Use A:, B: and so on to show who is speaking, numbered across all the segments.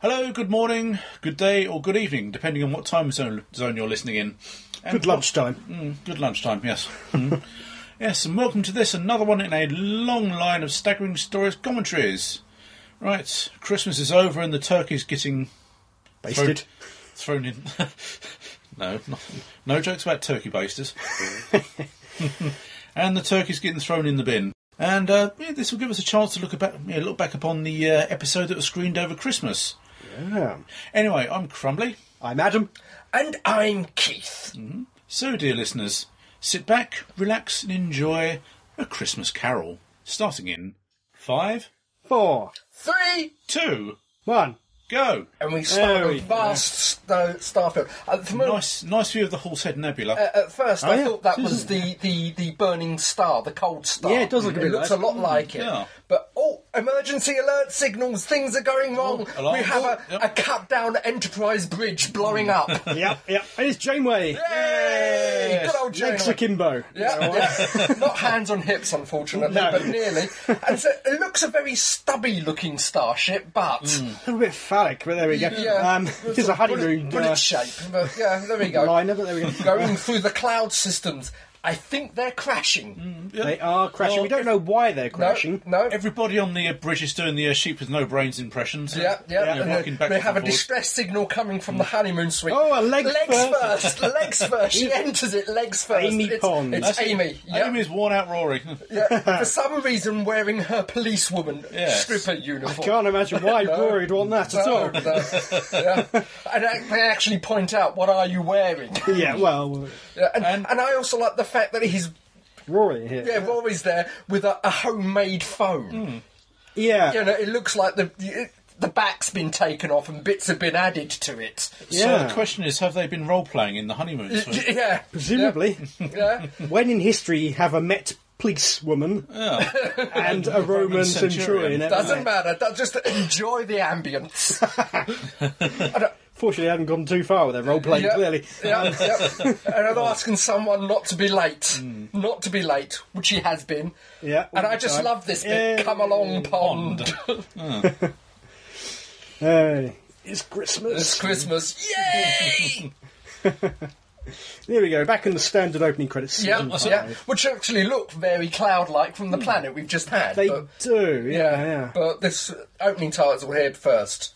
A: Hello, good morning, good day, or good evening, depending on what time zone, zone you're listening in. And
B: Good lunchtime.
A: Mm, good lunchtime, yes. Mm. yes, and welcome to this, another one in a long line of staggering stories commentaries. Right, Christmas is over and the turkey's getting
B: Basted.
A: thrown in. no, not, no jokes about turkey basters. and the turkey's getting thrown in the bin. And uh, yeah, this will give us a chance to look about, yeah, look back upon the uh, episode that was screened over Christmas.
B: Yeah.
A: Anyway, I'm Crumbly.
B: I'm Adam.
C: And I'm Keith.
A: So, dear listeners, sit back, relax, and enjoy a Christmas carol. Starting in five,
B: Four.
C: Three.
A: two,
B: One.
A: go.
C: And we start
B: There we
C: with vast snow, starfield. At, the moment,
A: Nice, nice view of the Hall's Head Nebula.
C: Uh, at first,
B: Oh,
C: I
B: yeah.
C: thought that
B: It
C: was
B: is,
C: the, the, the burning star, the cold star.
B: Yeah, it does look a
C: It
B: bit
C: looks
B: like-
C: a lot like it.
A: yeah.
C: But oh, emergency alert signals! Things are going wrong.
A: Oh, alarm.
C: we have
A: Oh,
C: a,
A: yep.
C: a cut down Enterprise bridge blowing up. Yay!
B: Yep, yep. And it's Janeway.
C: Good
B: Legs
C: old Janeway.
B: akimbo.
C: Yeah, yeah. not hands on hips, unfortunately,
B: No.
C: but nearly. And so it looks a very stubby-looking starship, but
B: A little bit phallic, but there we go.
C: Yeah.
B: Um, here's a honeymoon
C: Bullet, bullet
B: uh,
C: shape. But yeah, there we go.
B: liner, but there we go.
C: Going through the cloud systems. I think they're crashing.
B: They are crashing. we don't know why Mm, they're crashing.
C: No, no.
A: Everybody on the uh, bridge is doing the uh, sheep with no brains impressions.
C: yeah,
A: You
C: yeah.
A: know,
C: and
A: rocking
C: they,
A: back
C: they
A: and
C: have a
A: forwards.
C: distress signal coming from the honeymoon suite.
B: Oh, a leg
C: legs
B: first.
C: first. legs first. She enters it legs first.
B: Amy
C: it's,
B: Pond.
C: It's
A: That's it.
C: Amy. Yeah.
A: Amy's worn out Rory.
C: yeah. For some reason, wearing her policewoman
A: Yes.
C: stripper uniform.
B: Can't imagine why Rory would want that at
C: No,
B: all.
C: no. yeah. And I- they actually point out, what are you wearing?
B: Yeah, well,
C: Yeah, and,
A: And-
C: and, I also like the fact that he's
B: Rory here.
C: yeah, Rory's there with a, a homemade phone.
B: Hmm. Yeah.
C: You know, it looks like the it- the back's been taken off and bits have been added to it.
A: So
B: Yeah.
A: the question is, have they been role playing in the honeymoon suite?
C: Yeah,
B: Presumably.
C: yeah.
B: when in history have a Met police woman and a Roman
A: centurion.
B: centurion?
C: Doesn't matter. do- Just enjoy the ambience. I don't-
B: Fortunately, they haven't gone too far with their role playing,
C: yeah,
B: clearly.
C: yeah, yeah. And I'm asking someone not to be late, not to be late, which he has been.
B: Hmm. Yeah, all
C: and I
B: the
C: just
B: time.
C: love this bit.
B: Yeah.
C: Come along, pond.
B: Hey, it's Christmas.
C: it's Christmas. Yay!
B: There we go, back in the standard opening credits.
C: yeah,
B: season
C: yeah.
B: five.
C: Which actually look very cloud-like from the planet we've just had.
B: Hmm. They
C: but-
B: do, yeah, yeah.
C: But this opening title here first.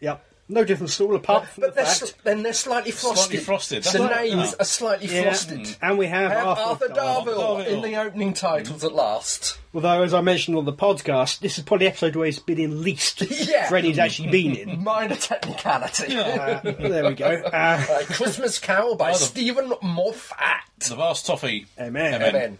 B: Yep. No difference at all, apart from
C: But
B: the
C: they're
B: fact.
C: sl- then they're slightly frosted.
A: frosted, that's
C: The
A: what I
C: names
A: thought.
C: are slightly
B: Yeah, Mm.
C: frosted.
B: And we have,
C: I have Arthur
B: Darvill.
C: Darvill
A: Darvill.
C: in the opening titles at last.
B: Although, as I mentioned on the podcast, this is probably the episode where he's been in least
C: Yeah.
B: for any he's actually been in.
C: Minor technicality.
B: Uh, there we go. Uh,
C: A Christmas Carol by
A: the-
C: Stephen Moffat.
A: The vast toffee.
B: Amen.
A: Amen.
C: Amen.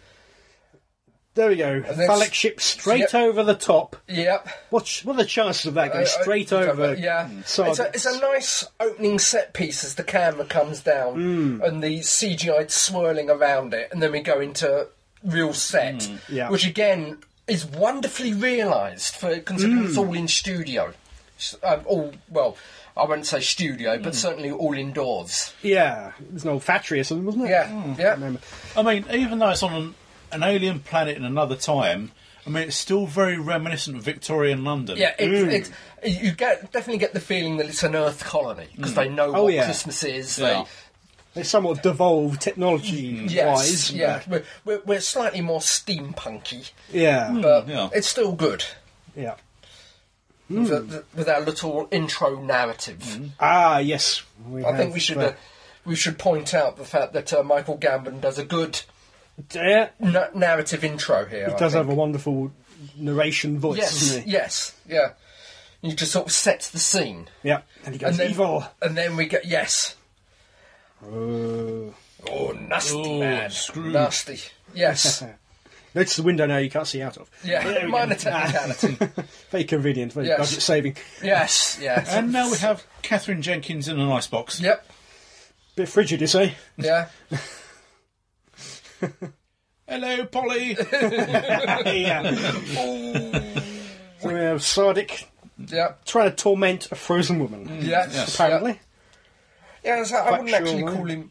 B: there we go.
C: then
B: Phallic
C: s-
B: ship straight
C: yep.
B: over the top.
C: Yep.
B: What, what are the chances of that
C: Uh,
B: going
C: uh,
B: straight over?
C: Yeah, it's a,
B: Sargassum?
C: it's a nice opening set piece as the camera comes down
B: Hmm.
C: and the CGI swirling around it, and then we go into real set,
B: Hmm. yeah.
C: which again is wonderfully realised for considering
B: Hmm.
C: it's all in studio. S- Um, all well, I won't say studio,
B: Hmm.
C: but certainly all indoors.
B: Yeah, it was an old factory or something, wasn't it? Hmm.
C: Yeah, yeah.
B: remember.
A: I mean, even though it's on an, an alien planet in another time, I mean, it's still very reminiscent of Victorian London.
C: Yeah, it's,
B: Hmm.
C: it's you get definitely get the feeling that it's an Earth colony because they know
B: Oh,
C: what
B: yeah.
C: Christmas is.
A: Yeah.
C: They,
B: They somewhat devolved technology
C: Hmm. yes,
B: wise.
C: yeah, we're, we're, we're slightly more steampunky.
B: Hmm, Yeah. Hmm.
C: but
A: yeah.
C: it's still good
B: yeah.
C: with, the- with our little intro narrative.
B: Ah, yes. We
C: I think we should uh, we should point out the fact that uh, Michael Gambon does a good uh,
B: yeah,
C: na- narrative intro here.
B: it does have a wonderful narration voice,
C: yes,
B: doesn't he?
C: yes, yeah. You just sort of sets the scene,
B: Yeah. And he goes,
C: then
B: evil.
C: and then we get yes,
B: Oh.
C: oh nasty
A: Oh,
C: man,
A: screw.
C: nasty, yes.
B: Notice the window now you can't see out of. There
C: Yeah,
B: we
C: minor
B: go. Ah,
C: technicality.
B: very convenient, very
C: Yes.
B: budget saving.
C: yes, yes.
A: And now we have Catherine Jenkins in an icebox.
C: Yep,
B: Bit frigid, you say?
C: yeah.
A: Hello, Polly.
B: yeah.
C: Ooh,
B: so we have Sardic
C: yep,
B: trying to torment a frozen woman,
C: yes.
A: yes.
B: apparently.
C: Yeah, so I wouldn't
B: Factual
C: actually
B: line.
C: call him.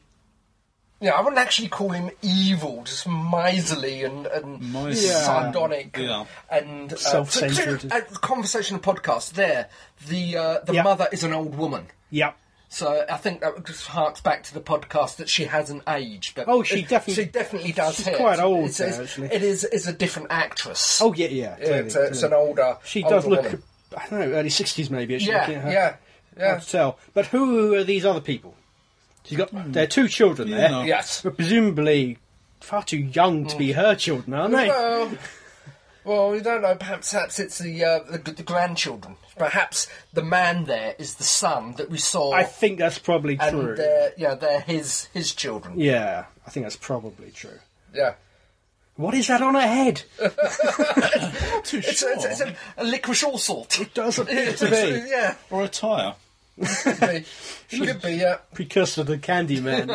C: Yeah, I wouldn't actually call him evil, just miserly and, and
A: Miserly.
B: Yeah.
C: sardonic
A: Yeah.
C: and uh,
B: Self-centered.
C: so- so, uh, conversational podcast. There, the uh, the
B: Yeah.
C: mother is an old woman.
B: Yeah.
C: So I think that just harks back to the podcast that she hasn't aged. But
B: Oh, she definitely-
C: she definitely does.
B: she's
C: here.
B: quite old
C: It's,
B: there,
C: it's-
B: actually.
C: it is is a different actress.
B: Oh yeah, yeah.
C: Yeah, it's, uh,
B: totally,
C: it's an
B: totally.
C: older.
B: She
C: older
B: does look.
C: woman.
B: I don't know, early sixties maybe. actually,
C: Yeah,
B: looking at her. Oh,
C: yeah, yeah.
B: Hard to tell. But who are these other people? She's got there are two children
A: Yeah,
B: there,
A: no.
C: Yes.
B: but presumably far too young to be her children, aren't they?
C: Hmm. Well, well, we don't know. Perhaps, perhaps it's the, uh, the the grandchildren. Perhaps the man there is the son that we saw,
B: I think that's probably true.
C: and uh, they're, yeah, they're his his children.
B: yeah, I think that's probably true.
C: Yeah.
B: What is that on her head?
A: Not too
C: It's,
A: sure.
C: it's, it's a, a licorice all sort.
B: It does appear
C: It's-
B: to be
C: yeah,
A: or a tyre.
C: could be. Could be, yeah.
B: precursor to Candyman.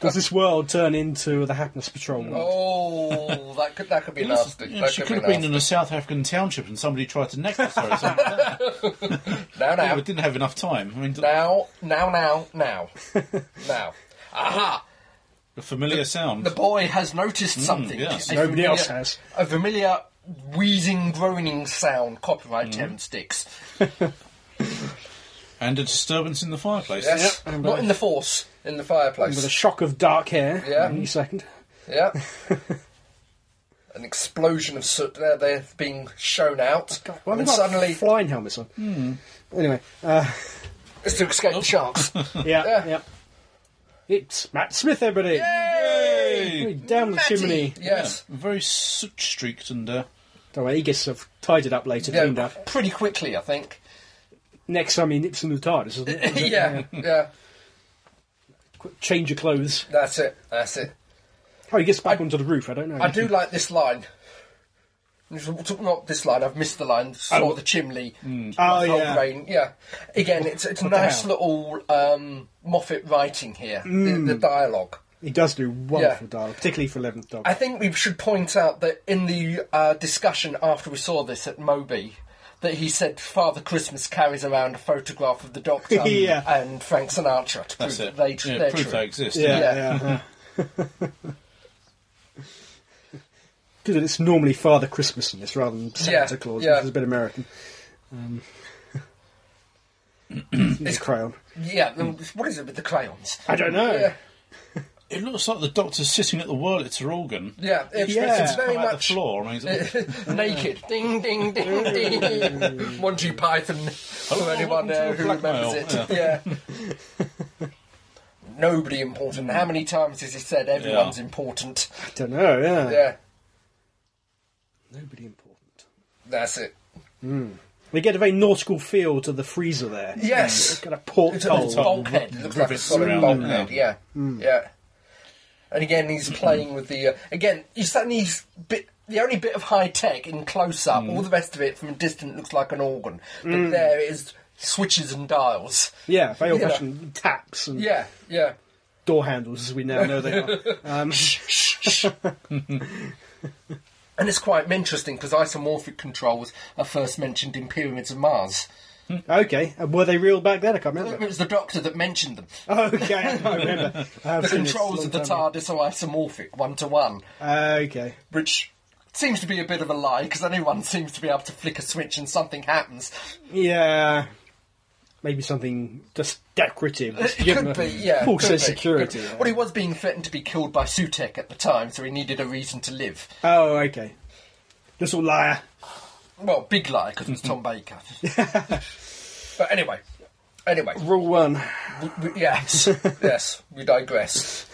B: Does this world turn into the Happiness Patrol? world?
C: Oh, that could that could be nasty.
A: Yeah,
C: that
A: she
C: could,
A: could have
C: be
A: been
C: nasty.
A: in a South African township and somebody tried to necklace her. Or something.
C: Now,
A: I
C: now,
A: didn't have enough time. I mean,
C: now, now, now, now, now. Aha!
A: a familiar sound.
C: The boy has noticed something.
A: yes.
C: A
B: Nobody else has.
C: A familiar wheezing, groaning sound. Copyright Terence Dix.
A: and a disturbance in the fireplace.
C: Yes,
B: Yep.
C: not in the force, in the
B: With a
C: fireplace.
B: shock of dark hair.
C: Yeah.
B: Any second.
C: yeah. An explosion of soot. There, they're being shown out,
B: Well,
C: and
B: they've got
C: suddenly
B: flying helmets on. Anyway, uh,
C: it's to escape the sharks.
B: yeah,
C: Yeah.
B: yeah, It's Matt Smith, everybody.
A: Yay!
B: Down the
C: Matty.
B: chimney.
C: Yes.
A: Yeah, very soot streaked and uh,
B: Don't worry, he gets sort of tidied up later,
C: Yeah,
B: cleaned up.
C: pretty quickly, I think.
B: Next time he nips in the TARDIS, isn't it?
C: yeah, yeah.
B: Quick Change of clothes.
C: That's it. That's it.
B: How he gets back onto the roof, I don't know.
C: I do like this line. Not this line. I've missed the line. Saw
B: Oh.
C: the chimney.
B: Oh,
C: Old
B: yeah.
C: rain. Yeah. Again, it's it's nice little um, Moffat writing here. The,
B: Mm.
C: the dialogue.
B: He does do wonderful
C: Yeah.
B: dialogue, particularly for 11th Dog.
C: I think we should point out that in the uh, discussion after we saw this at Moby, that he said Father Christmas carries around a photograph of the Doctor
B: Yeah.
C: and Frank Sinatra to prove
A: that's
C: that
A: it.
C: they tr-
A: yeah,
C: they're
A: proof
C: true.
A: they exist.
B: yeah,
C: yeah.
B: yeah. Because it's normally Father Christmas in this rather than Santa
C: Yeah,
B: Claus,
C: yeah.
B: which is a bit American. Um, it's crayon.
C: Yeah, the- what is it with the crayons?
B: I don't know.
C: Yeah,
A: It looks like the doctor's sitting at the Wurlitzer organ.
C: yeah, it's,
B: Yeah.
C: it's very
A: Come out the
C: much
A: floor. I mean, it's like,
C: naked. Ding, ding, ding, ding. Monty Python, for
A: Hello,
C: anyone
A: welcome to
C: uh, who remembers it.
A: Blackmail,
C: Yeah. Nobody important. How many times has he said everyone's
A: Yeah.
C: important?
B: I don't know, yeah.
C: Yeah,
B: Nobody important.
C: that's it.
B: We get a very nautical feel to the freezer there.
C: Yes.
B: It's got a
C: It's a little
A: Bolt.
B: porthole.
C: bulkhead. It looks like a
A: Rivets
C: solid
A: around,
C: bulkhead. Yeah, yeah. And again, he's playing with the. Uh, again, you suddenly he's bit. The only bit of high tech in close up, all the rest of it from a distance looks like an organ. But there is switches and dials.
B: Yeah, very old fashioned taps and
C: Yeah, yeah.
B: door handles as we now know they are. Um,
C: And it's quite interesting because isomorphic controls are first mentioned in Pyramids of Mars.
B: okay, and were they real back then? I can't
C: It
B: remember.
C: was the doctor that mentioned them.
B: Okay, I remember. I have
C: The
B: seen this a
C: controls
B: long
C: of the
B: time ago.
C: TARDIS are isomorphic, one to one.
B: Okay.
C: which seems to be a bit of a lie because anyone seems to be able to flick a switch and something happens.
B: Yeah. Maybe something just decorative.
C: It
B: just to give
C: could
B: them
C: be,
B: a
C: yeah.
B: False
C: could
B: sense
C: be,
B: of security.
C: could- Well, he was being threatened to be killed by Sutek at the time, so he needed a reason to live.
B: Oh, okay. Little liar.
C: Well, big lie because it was Tom Baker.
B: Mm-hmm.
C: but anyway, anyway,
B: Rule one.
C: w- w- yes, yes, we digress.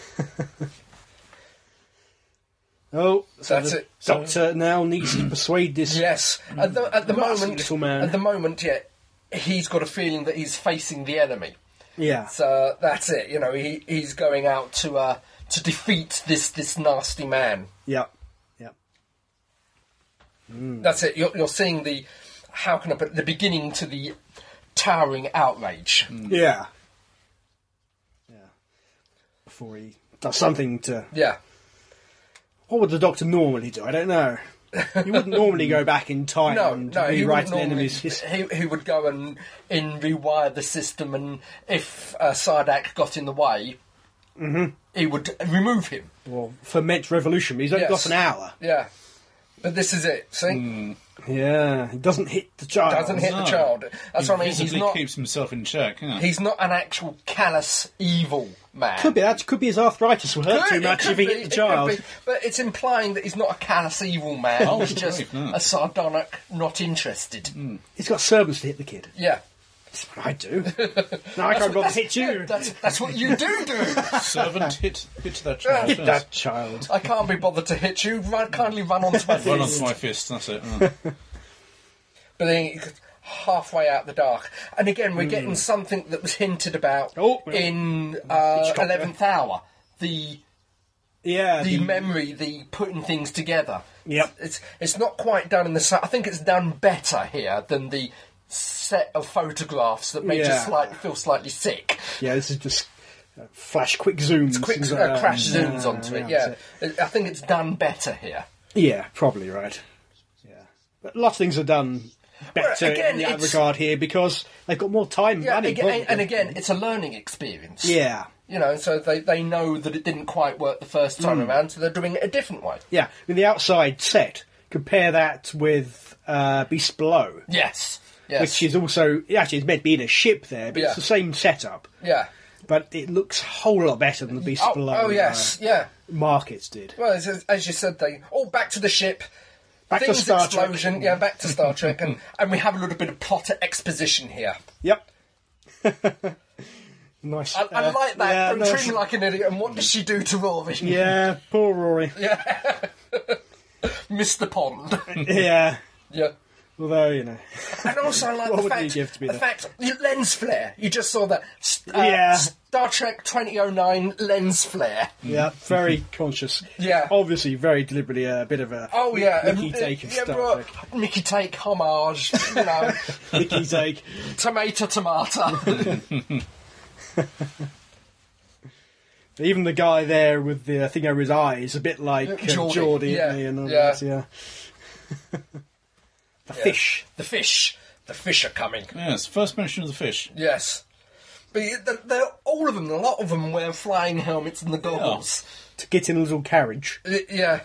B: Oh, so
C: That's
B: the
C: it.
B: Doctor now needs to persuade this.
C: Yes, at the, at the
B: Nasty
C: moment,
B: little man.
C: at the moment, yeah, he's got a feeling that he's facing the enemy.
B: Yeah.
C: So that's it. You know, he, he's going out to uh, to defeat this this nasty man.
B: Yeah. Yeah. Hmm.
C: That's it. You're, you're seeing the how can I put it, the beginning to the towering outrage.
B: Yeah. Yeah. Before he does something to.
C: Yeah,
B: What would the Doctor normally do? I don't know. He wouldn't normally go back in time
C: no,
B: and
C: no. He
B: rewrite
C: would
B: an
C: normally
B: enemy's history.
C: he, he would go and in rewire the system, and if uh, Sardak got in the way,
B: Mm-hmm.
C: he would remove him.
B: Well, ferment revolution, but he's only
C: Yes.
B: got an hour.
C: Yeah. But this is it. See,
B: Hmm. Yeah, he doesn't hit the child.
C: doesn't hit
A: no.
C: the child. That's what I
A: he
C: mean. He's
A: visibly
C: not.
A: keeps himself in check. Yeah.
C: He's not an actual callous evil man.
B: Could be that. Could be his arthritis will hurt
C: Could-
B: too
C: it
B: much
C: could
B: if he
C: be,
B: hit
C: it
B: the
C: could
B: child.
C: be. But it's implying that he's not a callous evil man.
A: Oh,
C: he's just
A: right, no.
C: a sardonic, not interested.
B: He's got servants to hit the kid.
C: Yeah.
B: That's what I do. no, I can't bother to hit you.
C: That's, that's what you do do.
A: Servant hit hit that child.
B: Hit
A: first.
B: that child.
C: I can't be bothered to hit you. Run, kindly run onto my
A: Run
C: fist.
A: onto my fist. That's it. Oh.
C: But then it- halfway out the dark, and again we're getting something that was hinted about
B: Hmm. Oh, well.
C: in uh,
B: Hitchcock, yeah.
C: Eleventh Hour. The
B: Yeah.
C: the
B: the-
C: memory, the putting things together.
B: Yep.
C: It's it's not quite done in the. sa- I think it's done better here than the set of photographs that made you
B: Yeah.
C: slight, feel slightly sick.
B: yeah, this is just uh, flash quick zooms.
C: Quick
B: and,
C: uh, crash
B: yeah,
C: zooms onto it.
B: that's
C: Yeah, I think it's done better here.
B: Yeah, probably right. Yeah, but lots of things are done better
C: again,
B: in that
C: it's-
B: regard here because they've got more time. and
C: Yeah,
B: money,
C: again, and,
B: probably.
C: again, it's a learning experience.
B: yeah,
C: You know, so they, they know that it didn't quite work the first time
B: Hmm.
C: around, so they're doing it a different way.
B: yeah. I mean, the outside set. Compare that with uh, Beast Below,
C: Yes. Yes.
B: which is also actually it's meant to be in a ship there, but
C: Yeah.
B: it's the same setup.
C: yeah.
B: But it looks a whole lot better than the Beast
C: Oh,
B: Below.
C: oh, yes,
B: uh,
C: yeah.
B: markets did.
C: Well, it's, it's- as you said, they all back to the ship.
B: Back to
C: things
B: Star Trek.
C: explosion. Yeah, back to Star Trek, and, and we have a little bit of plotter exposition here.
B: Yep. nice.
C: I, I
B: uh,
C: like that.
B: yeah,
C: I'm
B: no,
C: treating like an idiot. And what does she do to Rory?
B: Yeah, poor Rory.
C: Miss the pond.
B: yeah.
C: yeah.
B: Although you know,
C: And also, I like
B: What
C: the
B: would
C: fact,
B: you give to be
C: the
B: there?
C: fact you- lens flare. You just saw that. S- Uh,
B: Yeah. Mm.
C: Star Trek 2009 lens flare.
B: yeah, very conscious.
C: Yeah.
B: obviously, very deliberately uh, a bit of a
C: Oh yeah,
B: Mickey
C: and, uh,
B: take of
C: yeah,
B: Star
C: well,
B: Trek.
C: Mickey take homage. You know,
B: Mickey take.
C: tomato, tomato.
B: Even the guy there with the thing over his eye is a bit like uh,
C: Geordie,
B: Geordie,
C: yeah,
B: isn't he? And all
C: yeah.
B: that, yeah. the fish.
C: the fish. The fish are coming.
A: yes. First mention of the fish.
C: Yes. But you- they're, they're, all of them, a lot of them wear flying helmets and the goggles.
B: To get in a little carriage.
C: Y- Yeah.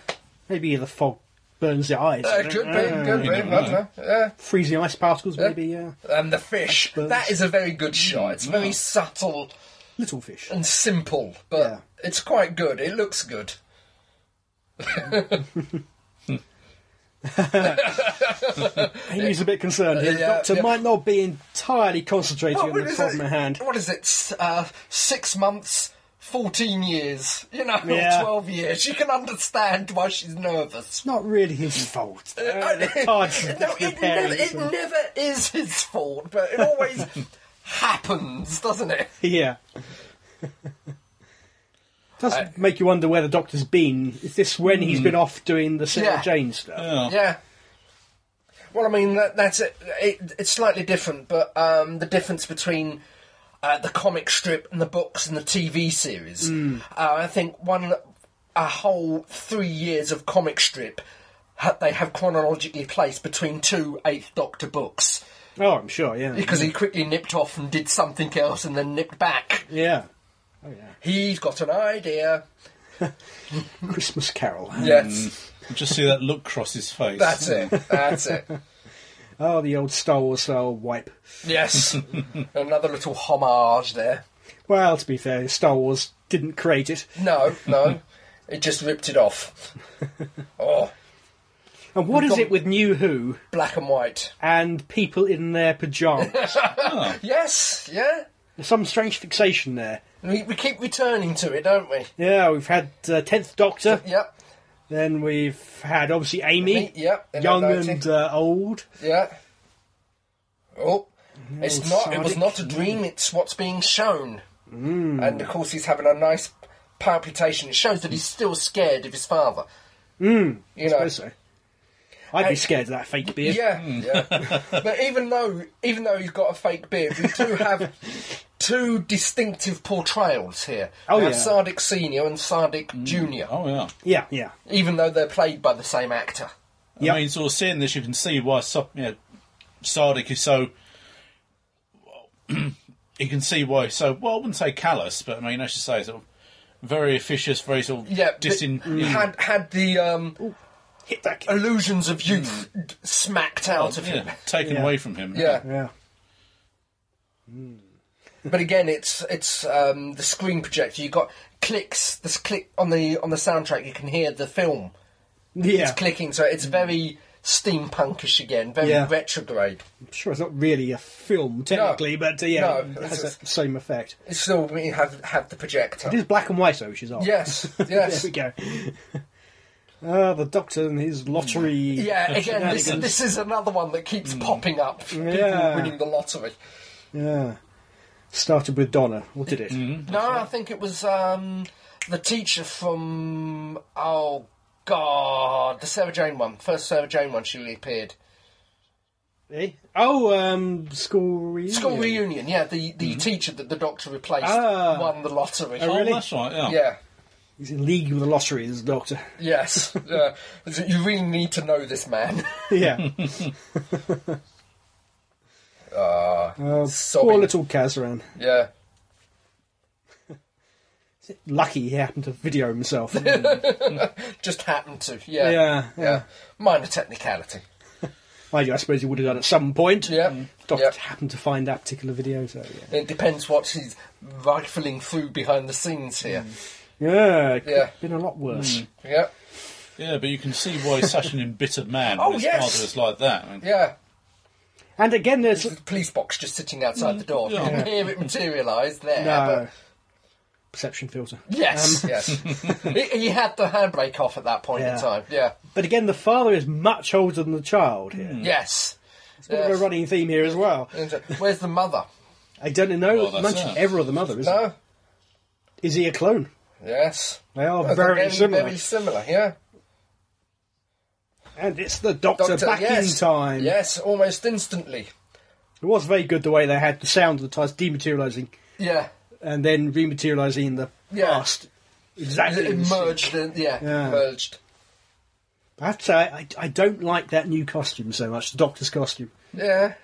B: Maybe the fog burns the eyes.
C: Uh, could be, could be. I
A: never
C: don't
A: know.
C: know. Yeah.
B: Freezing ice particles, maybe, uh, yeah.
C: And the fish.
B: Icebergs.
C: That is a very good shot. It's very subtle
B: Little fish.
C: and simple, but
B: Yeah.
C: it's quite good. It looks good.
B: He's a bit concerned. here. The
C: uh, Yeah,
B: doctor
C: yeah.
B: might not be entirely concentrating on the
C: is
B: problem
C: it?
B: at hand.
C: What is it? S- Uh, six months, 14 years, you know, or
B: Yeah.
C: 12 years. You can understand why she's nervous.
B: Not really his fault. Uh, the cards
C: no,
B: the
C: it, never,
B: parents
C: it
B: and-
C: never is his fault, but it always happens, doesn't it?
B: Yeah. Does make you wonder where the doctor's been. Is this when he's been off doing the Sarah
C: Hmm. Yeah. Uh.
B: Jane stuff?
A: Yeah.
C: Yeah. Well, I mean, that, that's it. it. It's slightly different, but um, the difference between uh, the comic strip and the books and the TV series,
B: Hmm.
C: uh, I think one a whole three years of comic strip ha- they have chronologically placed between two Eighth Doctor books
B: Oh, I'm sure. Yeah.
C: because he quickly nipped off and did something else and then nipped back.
B: yeah. Oh yeah.
C: He's got an idea.
B: Christmas Carol.
C: Yes,
A: You Just see that look cross his face.
C: that's it. That's it.
B: Oh, the old Star Wars style wipe.
C: Yes, another little homage there.
B: Well, to be fair, Star Wars didn't create it.
C: No, no. it just ripped it off. Oh,
B: And what is
C: got-
B: it with New Who
C: black and white.
B: and people in their pajamas?
C: Yes, yeah.
B: There's some strange fixation there.
C: We, we keep returning to it, don't we?
B: Yeah, we've had uh, Tenth Doctor.
C: Yep,
B: Then we've had obviously Amy.
C: Me- yep, in
B: Young
C: her 90.
B: and uh, old.
C: yeah. Oh, it's not. It was
B: Sardic.
C: not a dream. It's what's being shown.
B: Hmm.
C: Mm. And of course, he's having a nice palpitation. It shows that he's still scared of his father.
B: Hmm.
C: Mm. You know.
B: suppose so. Oh, I'd
C: Uh,
B: be scared of that fake beard.
C: Yeah, yeah. but even though even though he's got a fake beard, we do have two distinctive portrayals here.
B: Oh,
C: we have
B: yeah. Mm.
C: Sardic Senior and Sardic Junior,
A: Oh yeah.
B: yeah, yeah.
C: even though they're played by the same actor.
B: Yep.
A: I mean, sort of seeing this, you can see why so, you know, Sardic is so. you can see why he's so well. I wouldn't say callous, but I mean, I should say sort of very officious, very sort of
C: yeah, but
A: disin.
C: had had the um,
B: Hit that kid.
C: illusions of youth d- smacked out of him.
A: yeah, taken
B: Mm. Oh, Yeah.
A: away from him.
C: Yeah,
B: Yeah.
C: but again, it's it's um, the screen projector. You got clicks. This click on the on the soundtrack, you can hear the film.
B: Yeah. Mm.
C: It's clicking, so it's very steampunkish again, very
B: Yeah.
C: retrograde.
B: I'm sure it's not really a film technically, but uh, yeah,
C: No,
B: it
C: it's
B: has
C: just-
B: that same effect.
C: It's still we have have the projector.
B: It is black and white though, which is odd.
C: Yes, yes.
B: there we go. Ah, the Doctor and his lottery.
C: Yeah, again, this,
B: shenanigans. Hmm.
C: this is another one that keeps popping up. People
B: Yeah.
C: winning the lottery.
B: Yeah. Started with Donna, or did it?
C: No, I think it was um, the teacher from oh god, the Sarah Jane one, first Sarah Jane one. She appeared.
B: Eh? Oh, um, school reunion.
C: School reunion, yeah. The the teacher that the doctor replaced
B: Mm-hmm. Ah.
C: won the lottery.
A: Oh,
B: Really?
A: that's right. Yeah.
C: Yeah.
B: He's in league with the lottery, is the Doctor.
C: Yes. yeah. You really need to know this man.
B: yeah.
C: Ah.
B: Uh,
C: Sobbing.
B: poor little Kazran.
C: yeah.
B: Lucky he happened to video himself. yeah,
C: Just happened to. Yeah.
B: yeah.
C: Yeah. Minor technicality.
B: Mind you, I suppose he would have done at some point. Mm.
C: Yeah.
B: Doctor
C: Yeah.
B: happened to find that particular video, so yeah.
C: It depends what she's rifling through behind the scenes here.
B: Hmm. Yeah, it could
C: Yeah. Mm.
B: have been a lot worse.
C: Yeah.
A: Yeah, but you can see why he's such an embittered man.
C: Oh,
A: when his
C: yes.
A: father is like that. I mean,
C: Yeah.
B: And again, there's
C: The police box just sitting outside the door.
A: yeah.
C: You can hear it materialise there.
B: Hmm. no perception filter.
C: But yes, yes. he, he had the handbrake off at that point
B: Yeah.
C: in time. Yeah.
B: But again, the father is much older than the child here.
C: Yes.
B: It's a bit of
C: Mm. Yes.
B: a running theme here as well.
C: And, uh, Where's the mother?
B: I don't know
A: Well, that's
B: much
A: it.
B: ever of the mother, is it?
C: No.
B: Is he a clone?
C: Yes.
B: They are
C: Oh,
B: very,
C: they're
B: similar.
C: Very similar. Yeah.
B: And it's the Doctor, back
C: yes.
B: in time.
C: Yes, almost instantly.
B: It was very good the way they had the sound of the TARDIS dematerialising
C: Yeah.
B: and then rematerialising in the
C: Yeah.
B: past. Exactly.
C: It
B: in sync.
C: merged. uh, Yeah.
B: Yeah.
C: Merged.
B: I have to say, I, I don't like that new costume so much, the Doctor's costume.
C: Yeah.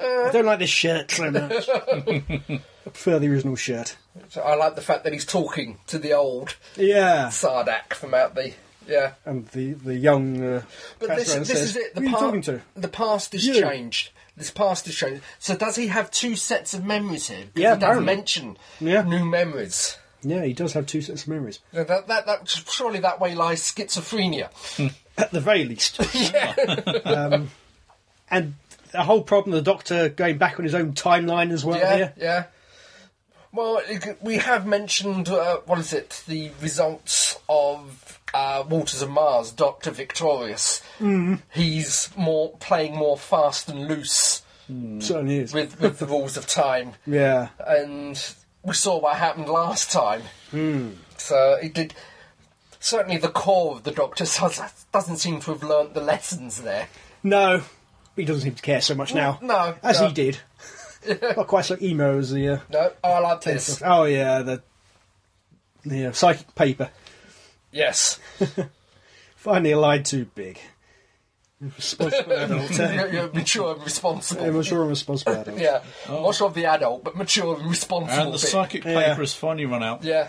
B: I don't like this shirt so much. I prefer the original shirt.
C: So I like the fact that he's talking to the old
B: Yeah.
C: Sardak from out the. Yeah.
B: And the, the young. Uh,
C: But this,
B: Catherine
C: this
B: says,
C: is it. The,
B: Who are you
C: pa-
B: talking to?
C: the past is
B: You.
C: changed. This past is changed. So does he have two sets of memories here? 'Cause
B: Yeah,
C: he does
B: apparently.
C: mention
B: Yeah.
C: new memories.
B: Yeah, he does have two sets of memories.
C: Now, That, that, that, surely that way lies schizophrenia.
B: At the very least.
C: yeah.
B: and the whole problem of the Doctor going back on his own timeline as well
C: yeah,
B: here.
C: yeah. Well, it- we have mentioned, uh, what is it, the results of uh, Waters of Mars, Dr. Victorious. Mm. He's more playing more fast and loose Mm.
B: Certainly is.
C: with, with the rules of time.
B: yeah.
C: and we saw what happened last time.
B: Hmm.
C: So it did. Certainly, the core of the Doctor does- doesn't seem to have learnt the lessons there.
B: No, he doesn't seem to care so much now.
C: no,
B: As
C: no.
B: he did. Not quite so emo as the. Uh,
C: No, oh, I like this.
B: oh, yeah, the. The uh, psychic paper.
C: Yes,
B: Finally allied to big. Responsible adult. eh?
C: you're, you're mature and
B: Yeah,
C: responsible.
B: I'm sure I'm a responsible adult.
C: Yeah, not sure of the adult, but mature and responsible.
A: Oh. And the
C: bit.
A: psychic paper
B: Yeah.
A: has finally run out.
C: yeah,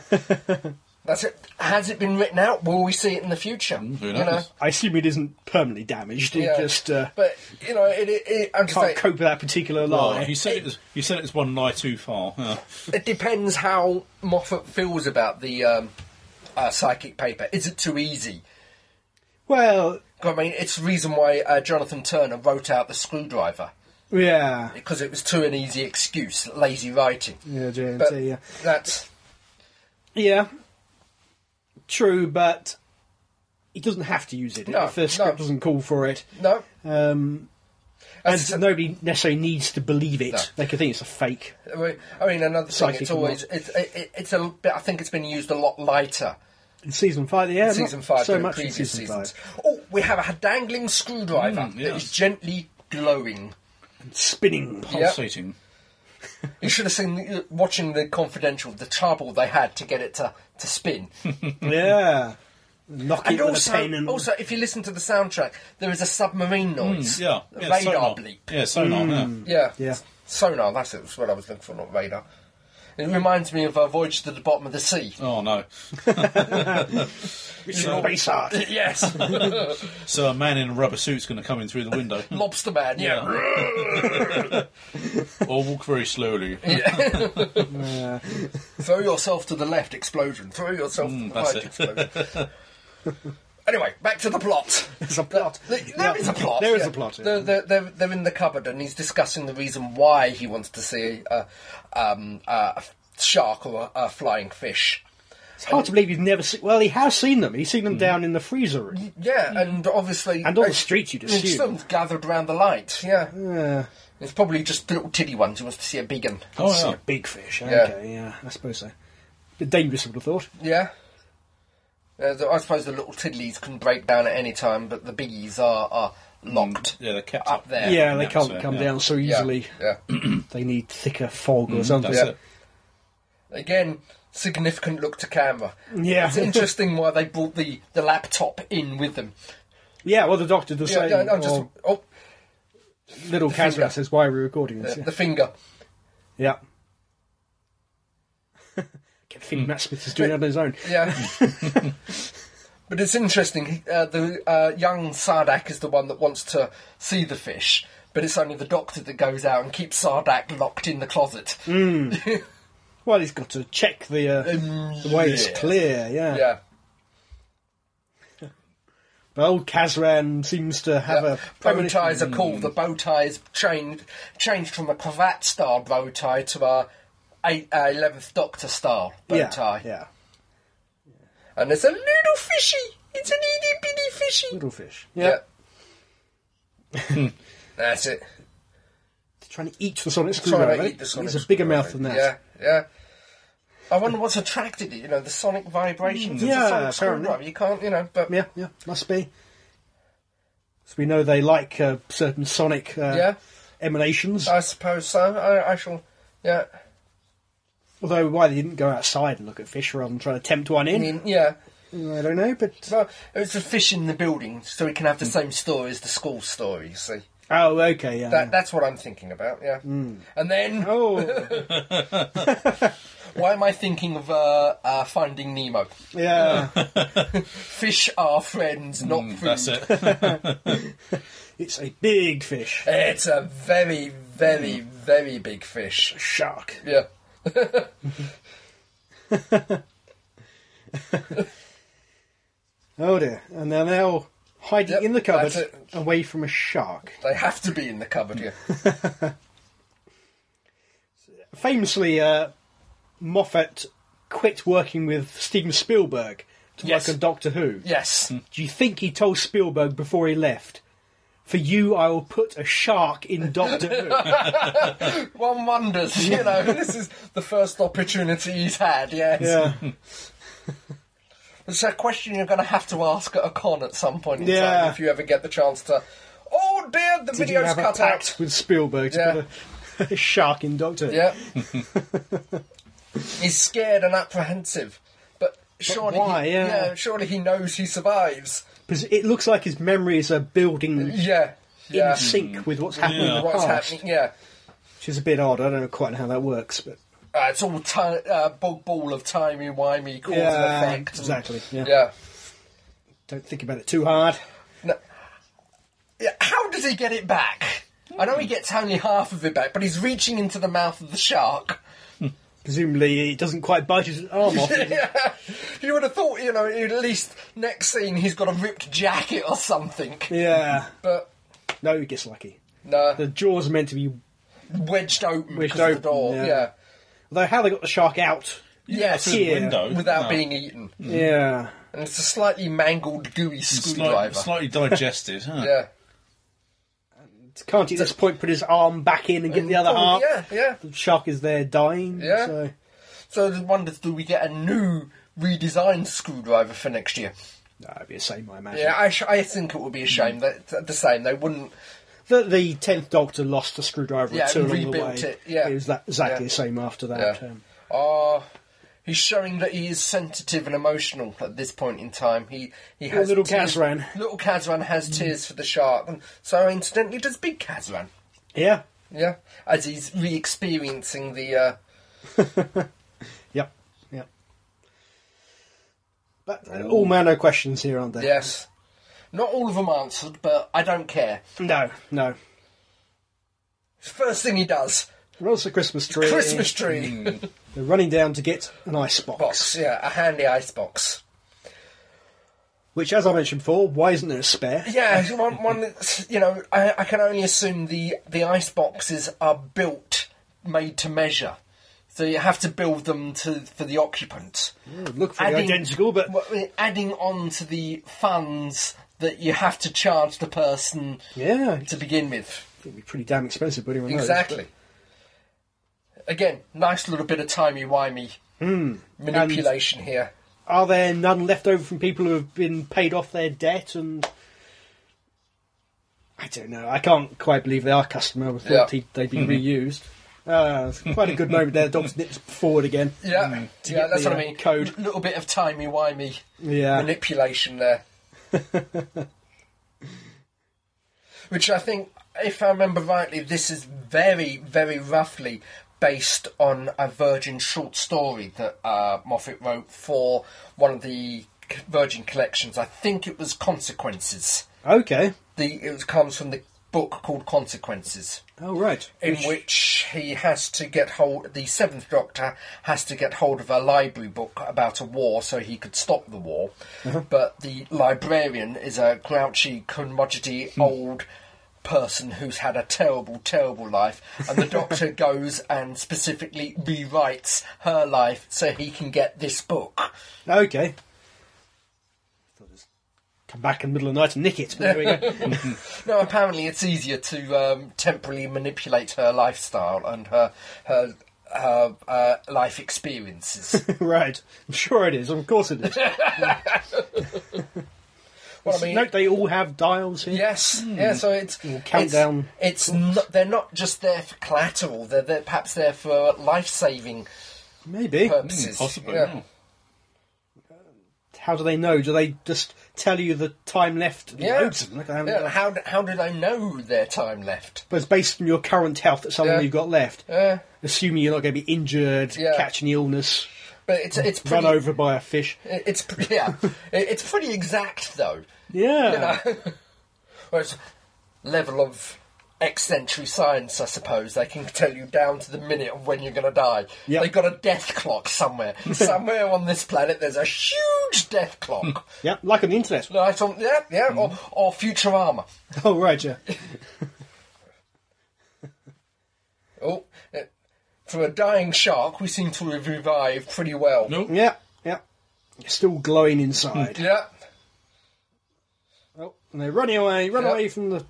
C: that's it. Has it been written out? Will we see it in the future?
A: Mm, who
C: You
A: knows?
C: know,
B: I assume it isn't permanently damaged. It
C: Yeah.
B: just uh,
C: but you know, it. it, it I'm just
B: can't
C: saying-
B: cope with that particular
A: Oh,
B: lie.
A: you said it was. You said it was one lie too far. Yeah.
C: It depends how Moffat feels about the um, uh, psychic paper. Is it too easy?
B: well,
C: I mean, it's the reason why uh, Jonathan Turner wrote out the screwdriver
B: yeah,
C: because it was too an easy excuse, lazy writing.
B: yeah, JNT,
C: But
B: yeah,
C: that's
B: yeah. True, but he doesn't have to use it
C: No,
B: if the script
C: no.
B: doesn't call for it,
C: no.
B: um, and
C: That's-
B: nobody necessarily needs to believe it.
C: No.
B: They could think it's a fake.
C: I mean- I mean, another thing.
B: Psychic
C: It's always it's it, it, it's a bit. I think it's been used a lot lighter.
B: In season five, yeah, not
C: season five
B: so
C: than the
B: much in
C: previous
B: season
C: seasons.
B: five.
C: Oh, we have a dangling screwdriver
A: Mm,
C: that
A: yes.
C: is gently glowing. Mm,
B: Spinning,
A: Pulsating.
C: You should have seen the, watching the confidential the trouble they had to get it to to spin.
B: yeah, knocking
C: And
B: with
C: also,
B: a pen and
C: also, if you listen to the soundtrack, there is a submarine noise.
A: Mm, Yeah. yeah
C: radar
A: sonar.
C: bleep. Mm.
A: Yeah, sonar. Yeah.
C: Yeah.
B: Yeah.
C: Sonar, that's it, that's what I was looking for, not radar. It reminds me of uh, Voyage to the Bottom of the Sea.
A: Oh no.
B: It's space art.
A: Oh.
C: yes.
A: So a man in a rubber suit's going to come in through the window,
C: Lobster Man, yeah.
A: or walk very slowly.
B: Yeah.
C: Throw yourself to the left, explosion. Throw yourself to the
A: Mm, that's
C: right,
A: it.
C: explosion. anyway, back to the plot.
B: It's a plot.
C: There is a plot.
B: There is
C: yeah.
B: a plot, yeah.
C: They're, they're, they're, they're in the cupboard, and he's discussing the reason why he wants to see a, um, a shark or a, a flying fish.
B: It's hard to believe he's never seen. Well, he has seen them. He's seen them
C: Mm.
B: down in the freezer room.
C: Yeah, and obviously,
B: Hmm. And on the street, you'd
C: it's
B: assume.
C: Some gathered around the light. Yeah,
B: Yeah.
C: it's probably just little tiddy ones. He wants to see a big one.
A: Oh
B: See
A: yeah.
B: a big fish.
C: Yeah.
B: Okay, yeah. I suppose so. Bit dangerous, I would have thought.
C: Yeah. Uh, the- I suppose the little tiddlies can break down at any time, but the biggies are, are locked
A: Yeah, they're kept
C: up
A: up.
C: there.
B: Yeah, they
A: yeah,
B: can't
A: so,
B: come
A: yeah.
B: down so
C: Yeah,
B: Mm, easily.
C: Yeah.
B: They need thicker fog or something.
A: Mm, That's
C: Yeah.
A: it.
C: Again, significant look to camera.
B: Yeah.
C: It's interesting why they brought the, the laptop in with them.
B: Yeah, well, the doctor does
C: Yeah,
B: say,
C: yeah, I'm just
B: or
C: oh,
B: little
C: finger.
B: Kazrat says, why are we recording
C: the,
B: this? Yeah.
C: the finger.
B: yeah. Get the
A: Mm.
B: thing Matt Smith is doing it on his own.
C: Yeah. but it's interesting. Uh, the uh, young Sardak is the one that wants to see the fish, but it's only the doctor that goes out and keeps Sardak locked in the closet.
B: Mm. Well, he's got to check the, uh, the way it's
C: yeah.
B: clear, yeah.
C: Yeah.
B: But old Kazran seems to have
C: Yeah.
B: a
C: bow ties are cool. The bow tie is changed changed from a cravat style bow tie to a uh, eleventh Doctor style bow
B: yeah,
C: tie,
B: Yeah,
C: and it's a little fishy. It's an itty bitty fishy.
B: little fish.
C: Yeah, that's it.
B: He's trying to eat the sonic
C: Trying
B: screwdriver.
C: to eat the sonic
B: He's a bigger
C: screwdriver.
B: mouth than that.
C: Yeah, yeah. I wonder what's attracted it. You know, the sonic vibrations. of
B: yeah,
C: the
B: apparently.
C: sonic screwdriver. You can't, you know, but
B: yeah, yeah, must be. So we know they like uh, certain sonic uh,
C: Yeah.
B: emanations.
C: I suppose so. I, I shall. Yeah,
B: Although why they didn't go outside and look at fish rather than try to tempt one
C: I
B: in,
C: mean, yeah.
B: I don't know. But
C: Well, it's a fish in the building, so we can have the
A: Mm.
C: same story as the school story. You see.
B: oh, okay, yeah.
C: That,
B: yeah.
C: that's what I'm thinking about, yeah.
A: Mm.
C: And then,
B: Oh,
C: why am I thinking of uh, uh, Finding Nemo?
B: yeah.
C: Fish are friends, not food.
A: Mm, That's it.
B: it's a big fish,
C: It's a very, very,
A: Mm.
C: very big fish.
B: shark.
C: Yeah.
B: Oh dear! And they're now hiding
C: Yep,
B: in the
C: that's
B: cupboard,
C: it.
B: away from a shark.
C: They have to be in the cupboard,
A: Mm.
C: yeah.
B: famously, uh, Moffat quit working with Steven Spielberg to
C: Yes.
B: work on Doctor Who.
C: yes.
A: Mm.
B: Do you think he told Spielberg before he left, "For you, I will put a shark in Doctor Who"?
C: One wonders, you know, this is the first opportunity he's had, yes.
B: yeah,
C: It's a question you're going to have to ask at a con at some point in
B: Yeah.
C: time if you ever get the chance to. Oh dear, the
B: did you
C: video's
B: have a
C: cut
B: pact
C: out.
B: with Spielberg to
C: Yeah.
B: put a, a shark in Doctor Who?
C: Yeah. he's scared and apprehensive. But surely
B: why?
C: He,
B: Yeah.
C: surely he knows he survives.
B: because it looks like his memories are building
C: Yeah. Yeah. Mm.
B: in sync with what's happened in
A: Yeah.
B: the
C: What's
B: past,
C: happening? Yeah.
B: which is a bit odd. I don't know quite how that works, but
C: Uh, it's all ti uh, bog ball of timey wimey cause
B: Yeah,
C: and effect. and-
B: exactly, yeah.
C: Yeah.
B: don't think about it too hard.
C: No- yeah. How does he get it back? I know he gets only half of it back, but he's reaching into the mouth of the shark.
B: Presumably, it doesn't quite bite his arm off.
C: yeah. You would have thought, you know, at least next scene he's got a ripped jacket or something.
B: yeah,
C: But
B: no, he gets lucky.
C: no.
B: The jaws are meant to be.
C: wedged open
B: Wedged
C: because of
B: open,
C: the door.
B: yeah.
C: Yeah.
B: Although how they got the shark out?
C: Yes.
A: Through the
B: Yeah.
A: window
C: Without
A: No.
C: being eaten.
B: Yeah,
C: And it's a slightly mangled, gooey screwdriver.
A: Slight, slightly digested. Huh?
C: Yeah.
B: can't he at this point put his arm back in and get the other
C: Oh,
B: arm?
C: Yeah, yeah.
B: The shark is there dying.
C: Yeah.
B: So
C: So the wonders do we get a new redesigned screwdriver for next year?
B: that'd be a shame, I imagine.
C: Yeah, I, sh- I think it would be a
A: Mm.
C: shame that that the same they wouldn't.
B: The, the tenth Doctor lost the screwdriver
C: Yeah,
B: or two along the way.
C: rebuilt it, yeah.
B: It was that, exactly
C: Yeah.
B: the same after
C: Yeah.
B: that. Um,
C: Oh, he's showing that he is sensitive and emotional at this point in time. He he has
B: little
C: tears-
B: Kazran. Mm.
C: Little Kazran has tears for the shark, and so incidentally does Big Kazran.
B: yeah.
C: Yeah, as he's re-experiencing the uh,
B: Yep. Yep. But
C: Oh.
B: uh, all manner questions here, aren't there?
C: Yes. Not all of them answered, but I don't care.
B: No, no.
C: First thing he does,
B: Rolls the Christmas tree.
C: Christmas tree
B: They're running down to get an ice box,
C: box, yeah, a handy ice box.
B: which, as I mentioned before, why isn't there a spare?
C: Yeah, one, one that's, you know, I, I can only assume the, the ice boxes are built, made to measure. So you have to build them to for the occupant.
B: Look for the identical, but
C: well, adding on to the funds that you have to charge the person
B: yeah,
C: to begin with.
B: it'd be pretty damn expensive putting one of those.
C: Exactly. Again, nice little bit of timey wimey
B: Hmm.
C: manipulation here.
B: Are there none left over from people who have been paid off their debt? And I don't know. I can't quite believe they are customer. I thought
C: Yeah. Mm-hmm.
B: he'd- they'd be reused. Uh, it's quite a good moment there. Doctor nips forward again.
C: Yeah, yeah,
B: get
C: that's
B: the,
C: what I
B: uh,
C: mean.
B: code.
C: L- little bit of timey wimey
B: Yeah.
C: manipulation there, which I think, if I remember rightly, this is very, very roughly based on a Virgin short story that uh, Moffat wrote for one of the c- Virgin collections. I think it was Consequences.
B: Okay.
C: The it comes from the book called Consequences
B: All right.
C: in which he has to get hold the seventh doctor has to get hold of a library book about a war so he could stop the war but the librarian is a grouchy curmudgeonly old person who's had a terrible terrible life and the doctor goes and specifically rewrites her life so he can get this book
B: Okay. Thought just Come back in the middle of the night and nick it. But there we go.
C: No, apparently it's easier to um, temporarily manipulate her lifestyle and her her her uh, life experiences.
B: right. I'm sure it is. Of course it is.
C: well, I mean,
B: Note they all have dials here.
C: yes, yeah. So it's
B: Hmm. countdown.
C: It's, it's not, they're not just there for collateral. They're, they're perhaps there for life saving
B: Maybe.
C: purposes.
A: Possibly.
C: Yeah.
A: yeah.
B: How do they know? Do they just tell you the time left?
C: Yeah.
B: Loads of them. Look, I haven't
C: Yeah,
B: got-
C: How do, how do they know their time left?
B: But it's based on your current health that's something
C: Yeah.
B: you've got left.
C: Uh,
B: Assuming you're not going to be injured,
C: Yeah.
B: catch an illness,
C: but it's it's pretty,
B: Hmm, run over by a fish.
C: It's pre- yeah. It- it's pretty exact though.
B: Yeah.
C: Whereas level of ex-century science, I suppose, they can tell you down to the minute of when you're going to die.
B: Yep.
C: They've got a death clock somewhere. somewhere on this planet, there's a huge death clock. Mm-hmm.
B: Yeah, like on the internet.
C: Right on, yeah, yeah, or, or Futurama.
B: Oh, right, yeah.
C: Oh, uh, from a dying shark, we seem to have revived pretty well.
A: No.
B: Yeah, yeah. Still glowing inside.
C: Yeah,
B: Oh, and they run away, run
C: Yeah.
B: away from the.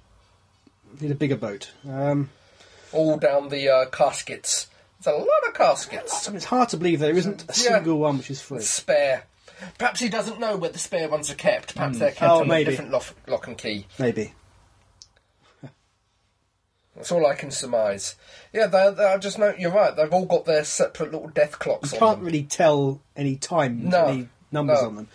B: Need a bigger boat. Um,
C: all down the uh, caskets. There's a lot of caskets.
B: so it's hard to believe there isn't a single one which is free.
C: Spare. Perhaps he doesn't know where the spare ones are kept. Perhaps they're kept
B: Oh,
C: on
B: maybe.
C: a different lock, lock and key.
B: Maybe.
C: That's all I can surmise. Yeah, they, they, I just know you're right. They've all got their separate little death clocks on
B: Can't
C: them,
B: really tell any time,
C: No,
B: any numbers
C: no.
B: on them.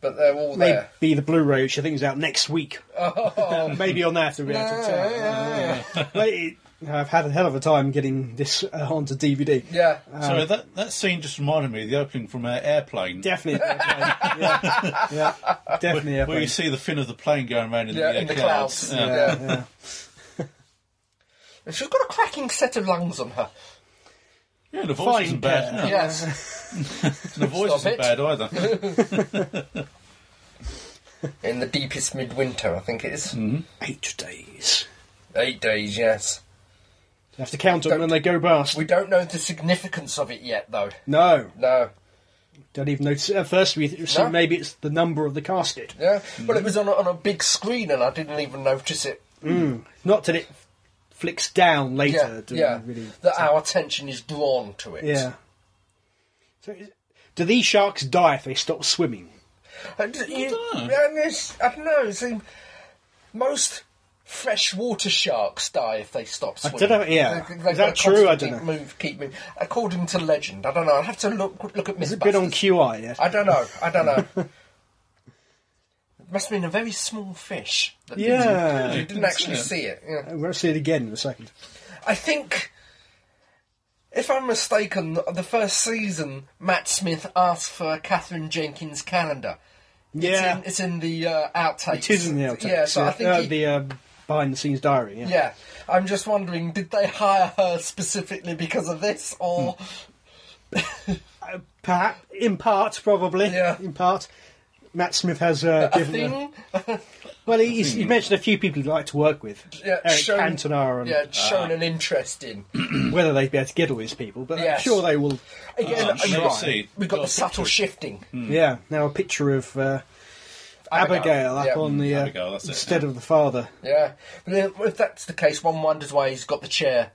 C: but they're all
B: Maybe
C: there.
B: the Blu-ray, which I think is out next week.
C: Oh.
B: Maybe on that we'll be able to tell. But it- I've had a hell of a time getting this uh, onto DVD.
C: Yeah,
A: Sorry, that, that scene just reminded me of the opening from uh, Airplane.
B: Definitely, yeah, yeah, definitely.
A: Where you see the fin of the plane going around in
C: yeah,
A: the, uh,
C: in the clouds.
A: Yeah.
C: Yeah.
B: yeah.
C: And she's got a cracking set of lungs on her.
A: Yeah, the voice
B: Fine
A: isn't bad.
B: pair.
A: no.
C: Yes,
A: The voice
C: Stop
A: isn't
C: it.
A: bad either.
C: in the deepest midwinter, I think it is.
B: Eight days.
C: Eight days. Yes,
B: You have to count them when they go past.
C: we don't know the significance of it yet, though.
B: No,
C: No.
B: don't even notice. At first, we assume
C: No.
B: maybe it's the number of the casket.
C: Yeah, well, it was on a, on a big screen, and I didn't even notice it.
B: Mm. Not till it flicks down later.
C: Yeah,
B: do we
C: yeah.
B: Really,
C: That our attention is drawn to it.
B: yeah. So, is- do these sharks die if they stop swimming?
C: And you-
A: dunno.
C: and it's- I don't know. It's, um, most freshwater sharks die if they stop
B: I don't
C: swimming.
B: know, yeah.
C: They-
B: Is
C: they've
B: that
C: got to
B: true? I
C: constantly
B: don't
C: Move, keep moving. According to legend, I don't know. I'll have to look look at
B: Has
C: Mythbusters.
B: it been on QI yet?
C: I don't know. I don't know. it must have been a very small fish. That
B: Yeah.
C: didn't, you didn't actually
A: Yeah.
C: see it. yeah.
B: We'll see it again in a second.
C: I think If I'm mistaken, the- the first season, Matt Smith asked for a Catherine Jenkins calendar.
B: Yeah.
C: It's in, it's in the uh, outtakes.
B: It is in the outtakes.
C: Yeah, so I think
B: uh,
C: he-
B: the uh, behind the scenes diary. Yeah.
C: Yeah, I'm just wondering, did they hire her specifically because of this, or
B: Hmm. Uh, perhaps in part, probably.
C: Yeah.
B: In part, Matt Smith has uh,
C: a
B: given. a-
C: thing?
B: well, he's, he mentioned a few people he'd like to work with.
C: Yeah,
B: Eric
C: shown-
B: Cantona, and
C: yeah, shown an interest in.
B: whether they'd be able to get all these people, but I'm
C: Yes.
B: sure they will.
C: Again,
B: Oh,
A: I'm sure
C: we've-
A: I see.
C: we've got the subtle shifting.
B: Yeah. Now a picture of uh, Abigail, up
C: yeah.
B: on the uh,
A: Abigail, that's it,
B: instead of the father.
C: Yeah, but then, if that's the case, one wonders why he's got the chair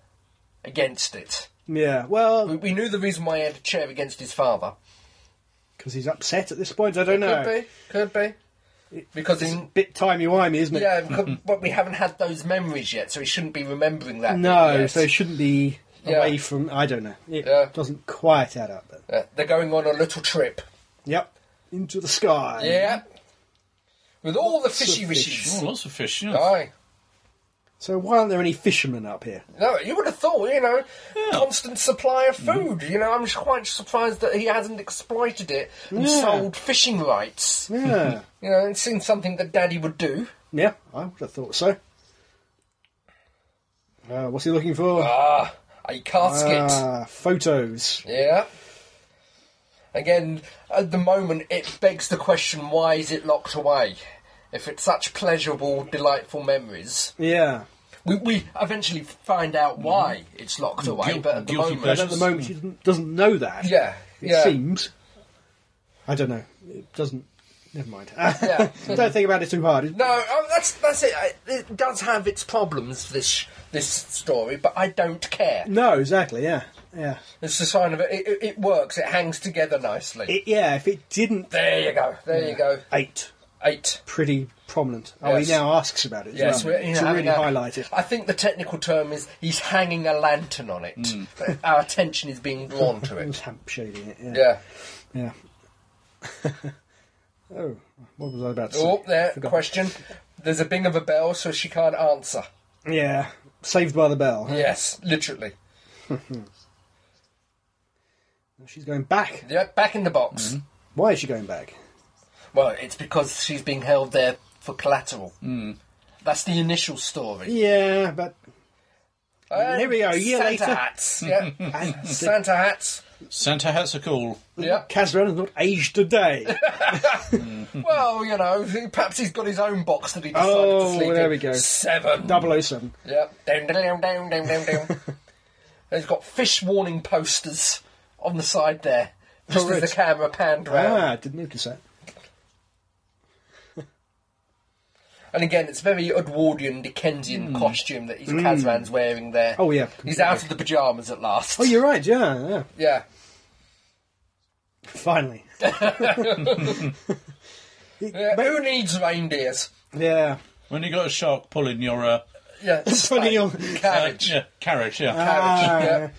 C: against it.
B: Yeah. Well,
C: We, we knew the reason why he had a chair against his father.
B: because he's upset at this point. I don't know.
C: Could be, could be, because
B: It's a
C: in.
B: bit timey-wimey, isn't it?
C: Yeah, because- but we haven't had those memories yet, so he shouldn't be remembering that.
B: No,
C: Yes.
B: so it shouldn't be
C: Yeah.
B: away from. I don't know. It
C: Yeah.
B: doesn't quite add up. But
C: Uh, they're going on a little trip.
B: yep, into the sky.
C: Yeah. With all the
B: of
C: fishy
B: fish.
C: wishes.
A: Oh, lots of fish. Yeah.
C: Aye.
B: So why aren't there any fishermen up here?
C: No, you would have thought, you know, constant supply of food. You know, I'm just quite surprised that he hasn't exploited it and
B: Yeah.
C: sold fishing rights.
B: Yeah,
C: You know, it seems something that Daddy would do.
B: yeah, I would have thought so. Uh, what's he looking for?
C: Ah, a casket.
B: Ah, photos.
C: Yeah. Again, at the moment, it begs the question: Why is it locked away? If it's such pleasurable, delightful memories,
B: Yeah,
C: we, we eventually find out why it's locked away.
A: Guil-
C: but at the
A: Mm-hmm. guilty
C: moment,
B: but
A: pleasure.
B: at the moment he doesn't, doesn't know that.
C: yeah,
B: it
C: yeah.
B: seems. I don't know. It doesn't. Never mind.
C: Yeah.
B: don't think about it too hard.
C: No, oh, that's that's it. I- It does have its problems. This this story, but I don't care.
B: No, exactly. Yeah, yeah.
C: It's a sign of it. It, it- it works. It hangs together nicely.
B: It, yeah. If it didn't
C: there you go. There
A: Mm.
C: you go.
B: eight
C: Eight.
B: pretty prominent. Oh,
C: Yes.
B: he now asks about it. as
C: Yes,
B: well,
C: we're, you know,
B: to
C: having
B: really
C: a-
B: highlight it.
C: I think the technical term is he's hanging a lantern on it.
B: Hmm.
C: Our attention is being drawn to
B: It was
C: it.
B: hamp shading it. Yeah.
C: Yeah.
B: yeah. oh, what was I about to
C: Oh,
B: say?
C: there.
B: Forgot.
C: Question. There's a bing of a bell, so she can't answer.
B: Yeah, Saved by the Bell. huh?
C: Yes, literally.
B: She's going back.
C: Yeah, back in the box.
B: Why is she going back?
C: Well, it's because she's being held there for collateral.
B: Hmm.
C: That's the initial story.
B: Yeah, but
C: And
B: Here we go, a year
C: Santa
B: later.
C: hats. Yeah.
B: and the-
C: Santa hats.
A: Santa hats are cool.
C: Yeah.
B: Casper has not aged a day.
C: Well, you know, perhaps he's got his own box that he decided
B: Oh,
C: to sleep in.
B: there we go.
C: Seven.
B: 007.
C: Yep. Down, down, down, down, down, down. It's got fish warning posters on the side there, just
B: Oh,
C: as
B: right.
C: the camera panned round.
B: Ah, didn't notice that.
C: And again, it's very Edwardian, Dickensian costume that his Kazran's wearing there.
B: Hmm. Oh, yeah,
C: He's out of the pyjamas at last.
B: Oh, you're right. Yeah, yeah.
C: Yeah.
B: Finally.
C: yeah. Who needs reindeers?
B: Yeah.
A: When you got a shark pulling your uh,
C: Yeah.
B: Funny
C: spade,
B: old-
A: uh,
C: carriage.
A: yeah, carriage, yeah.
B: Ah,
C: yeah.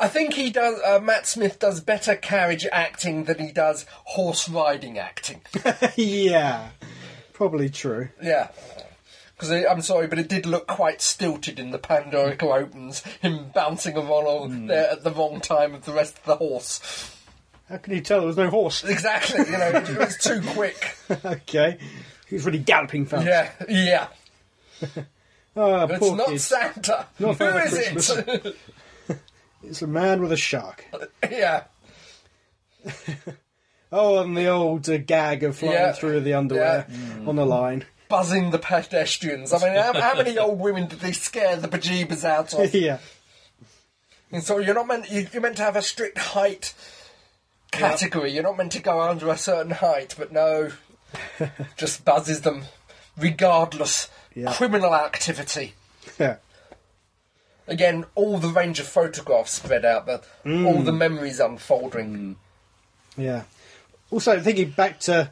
C: I think he does. Uh, Matt Smith does better carriage acting than he does horse riding acting.
B: yeah. Probably true.
C: Yeah. Because I'm sorry, but it did look quite stilted in the Pandorical Opens, him bouncing along
B: Hmm.
C: there at the wrong time of the rest of the horse.
B: How can you tell there was no horse?
C: Exactly, you know, it was too quick.
B: okay. He was really galloping fast.
C: Yeah, yeah.
B: Ah,
C: It's
B: poor
C: not
B: kid.
C: Santa.
B: Not
C: Who
B: Father
C: is it?
B: Christmas. It's a man with a shark.
C: yeah,
B: Oh, and the old uh, gag of flying
C: Yeah.
B: through the underwear on the line.
C: buzzing the pedestrians. I mean, how, how many old women did they scare the bejeebers out of?
B: yeah.
C: And so Mm, you're not meant you- you're meant to have a strict height category. You're not meant to go under a certain height, but no, just buzzes them, regardless
B: Yeah.
C: criminal activity.
B: Yeah.
C: Again, all the range of photographs spread out, the,
B: Mm.
C: all the memories unfolding.
B: Yeah. Also, thinking back to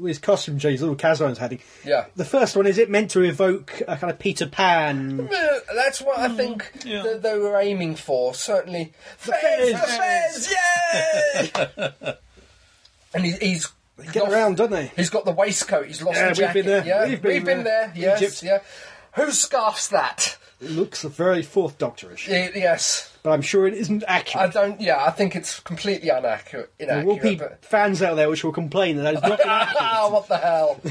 B: his costume change, little Casman's had.
C: Yeah.
B: The first one, is it meant to evoke a kind of Peter Pan?
C: Uh, That's what I think
A: yeah.
C: that they were aiming for. Certainly, the fez, the
B: fez.
C: fez, yay! and he, he's
B: Get
C: got-
B: around, don't they?
C: He's got the waistcoat. He's lost
B: Yeah,
C: the
B: we've
C: jacket.
B: been there.
C: Yeah,
B: We've been there.
C: there. Yes,
B: Egypt.
C: yeah. Who scarfs that?
B: It looks very Fourth Doctorish,
C: Y- yes.
B: but I'm sure it isn't
C: I
B: accurate.
C: don't. Yeah, I think it's completely inaccurate.
B: There will
C: Inaccurate.
B: be
C: but-
B: fans out there which will complain that it's not inaccurate.
C: Ah, what the hell?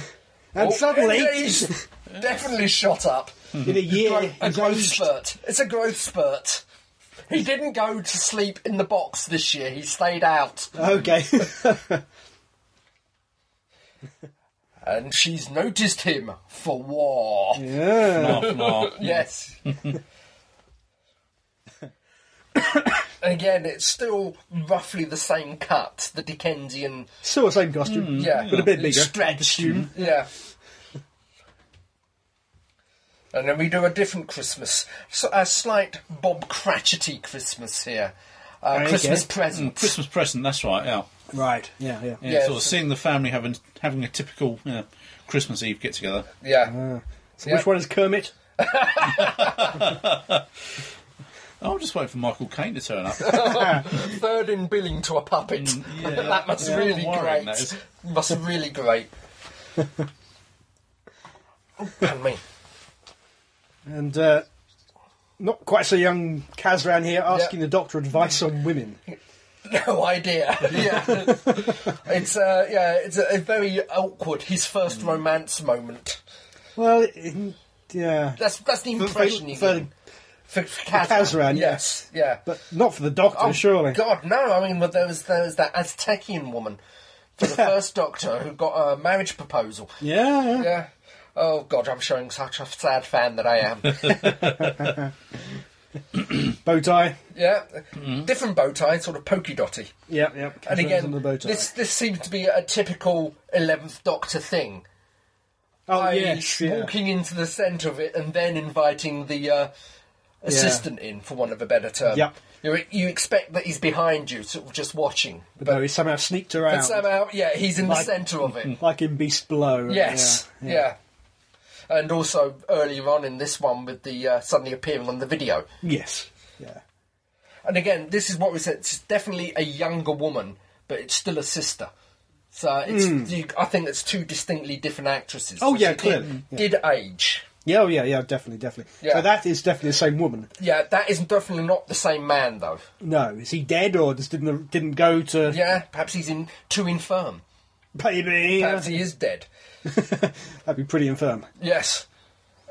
B: and
C: Oh,
B: suddenly,
C: he's definitely shot up.
B: in a year,
C: a
B: he's
C: growth
B: aged.
C: spurt. It's a growth spurt. He didn't go to sleep in the box this year. He stayed out,
B: Okay.
C: and she's noticed him for war.
B: yeah.
A: Laugh, laugh.
C: Yes. Again, it's still roughly the same cut, the Dickensian,
B: Still the same costume,
C: yeah,
B: but a bit bigger.
C: stretched, yeah. And then we do a different Christmas, so a slight Bob Cratchity Christmas here, uh,
B: Okay.
C: Christmas present.
A: Mm, Christmas present, that's right, yeah.
C: Hmm.
B: Right. Yeah. Yeah.
A: yeah,
C: Yeah,
A: sort of
C: so-
A: seeing the family having having a typical you know, Christmas Eve get together.
C: Yeah,
B: So
C: Yeah.
B: which one is Kermit?
A: I'll just wait for Michael Caine to turn up.
C: third in billing to a puppet.
A: Ah. Mm, yeah.
C: that must
A: Yeah,
C: really
A: worrying,
C: great.
A: that is.
C: Must really great. oh, pardon me.
B: And uh, not quite so young Kazran here asking the doctor advice on women.
C: No idea. Yeah, it's uh, yeah, it's a, a very awkward. His first
B: Mm.
C: romance moment.
B: Well, in, yeah,
C: That's that's the impression you
B: for-
C: get for, for
B: Kazran,
C: Yes, yeah. Oh,
B: but not for the doctor, surely.
C: God, no! I mean, but there was there was that Aztecian woman for the first Doctor who got a marriage proposal.
B: Yeah, yeah.
C: Yeah. Oh God, I'm showing such a sad fan that I am.
B: bow tie.
C: yeah, different bow tie, sort of pokey dotty.
B: Yep, yep.
C: And
B: Kazran's on
C: again,
B: Mm. the bow tie.
C: this this seems to be a typical Eleventh Doctor thing.
B: oh
C: i.e.
B: yes, yeah.
C: walking into the centre of it and then inviting the uh, assistant in, for want of a better term.
B: Yep.
C: You, you expect that he's behind you, sort of just watching.
B: But no, he's somehow sneaked around,
C: But somehow, yeah, he's in the
B: Like-
C: centre of it.
B: like in Beast Below. right?
C: yes,
B: Yeah,
C: yeah,
B: yeah.
C: And also earlier on in this one with the uh, suddenly appearing on the video.
B: Yes. Yeah.
C: And again, this is what we said. It's definitely a younger woman, but it's still a sister. So it's, you, I think it's two distinctly different actresses.
B: Hmm. Oh,
C: So
B: yeah,
C: she
B: clearly,
C: Did, did age.
B: Yeah, oh, yeah, yeah, definitely, definitely.
C: Yeah.
B: So that is definitely the same woman.
C: Yeah, that is definitely not the same man, though.
B: No, is he dead or just didn't didn't go to
C: Yeah, perhaps he's in too infirm.
B: baby?
C: Perhaps he is dead.
B: That'd be pretty infirm.
C: Yes,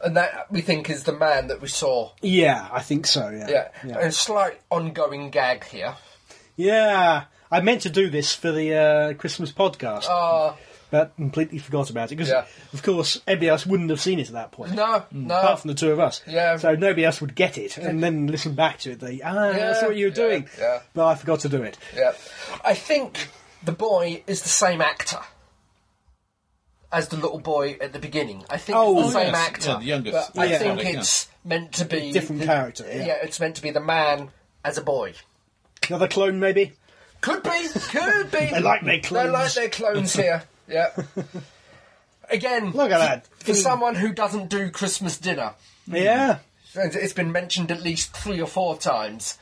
C: and that we think is the man that we saw.
B: Yeah, I think so. Yeah.
C: Yeah,
B: Yeah.
C: and a slight ongoing gag here.
B: Yeah, I meant to do this for the uh, Christmas podcast,
C: Uh,
B: but completely forgot about it because,
C: Yeah.
B: of course, everybody else wouldn't have seen it at that point.
C: no, no,
B: Apart from the two of us,
C: Yeah.
B: So nobody else would get it, and then listen back to it. They, ah, that's
C: Yeah,
B: what you were
C: yeah,
B: doing.
C: yeah.
B: But I forgot to do it.
C: yeah. I think the boy is the same actor as the little boy at the beginning. I think
B: Oh,
C: it's the same
A: yes,
C: actor.
A: yeah, the youngest.
C: But I
B: Yeah.
C: think
A: Yeah.
C: it's meant to be
B: different
C: the-
B: character, yeah.
C: it's meant to be the man as a boy.
B: Another clone, maybe.
C: Could be, could be.
B: They like their clones.
C: They like their clones here. Yeah. Again,
B: Look at that.
C: for someone who doesn't do Christmas dinner,
B: Yeah.
C: and it's been mentioned at least three or four times.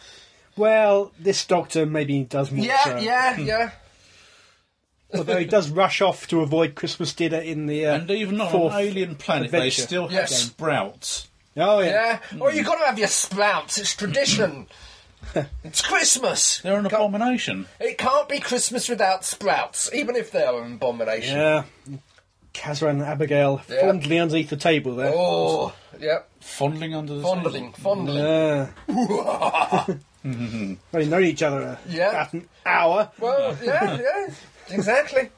B: Well, this doctor maybe does more.
C: Yeah,
B: so.
C: yeah, yeah.
B: Although he does rush off to avoid Christmas dinner in the uh,
A: And even on
B: fourth
A: an alien planet, they
B: adventure.
A: still have
C: Yes.
A: sprouts.
B: Oh yeah.
C: Yeah. Or you've got to have your sprouts. It's tradition. it's Christmas.
A: They're an
C: Can't-
A: abomination.
C: It can't be Christmas without sprouts, even if they're an abomination.
B: Yeah. Kazran and Abigail
C: Yeah.
B: fondly underneath the table there.
C: Oh, yeah.
A: Fondling under the
C: Fondling, fondling.
B: Yeah. They've known each other uh,
C: Yeah.
B: about an hour.
C: Well, yeah, yeah. Exactly.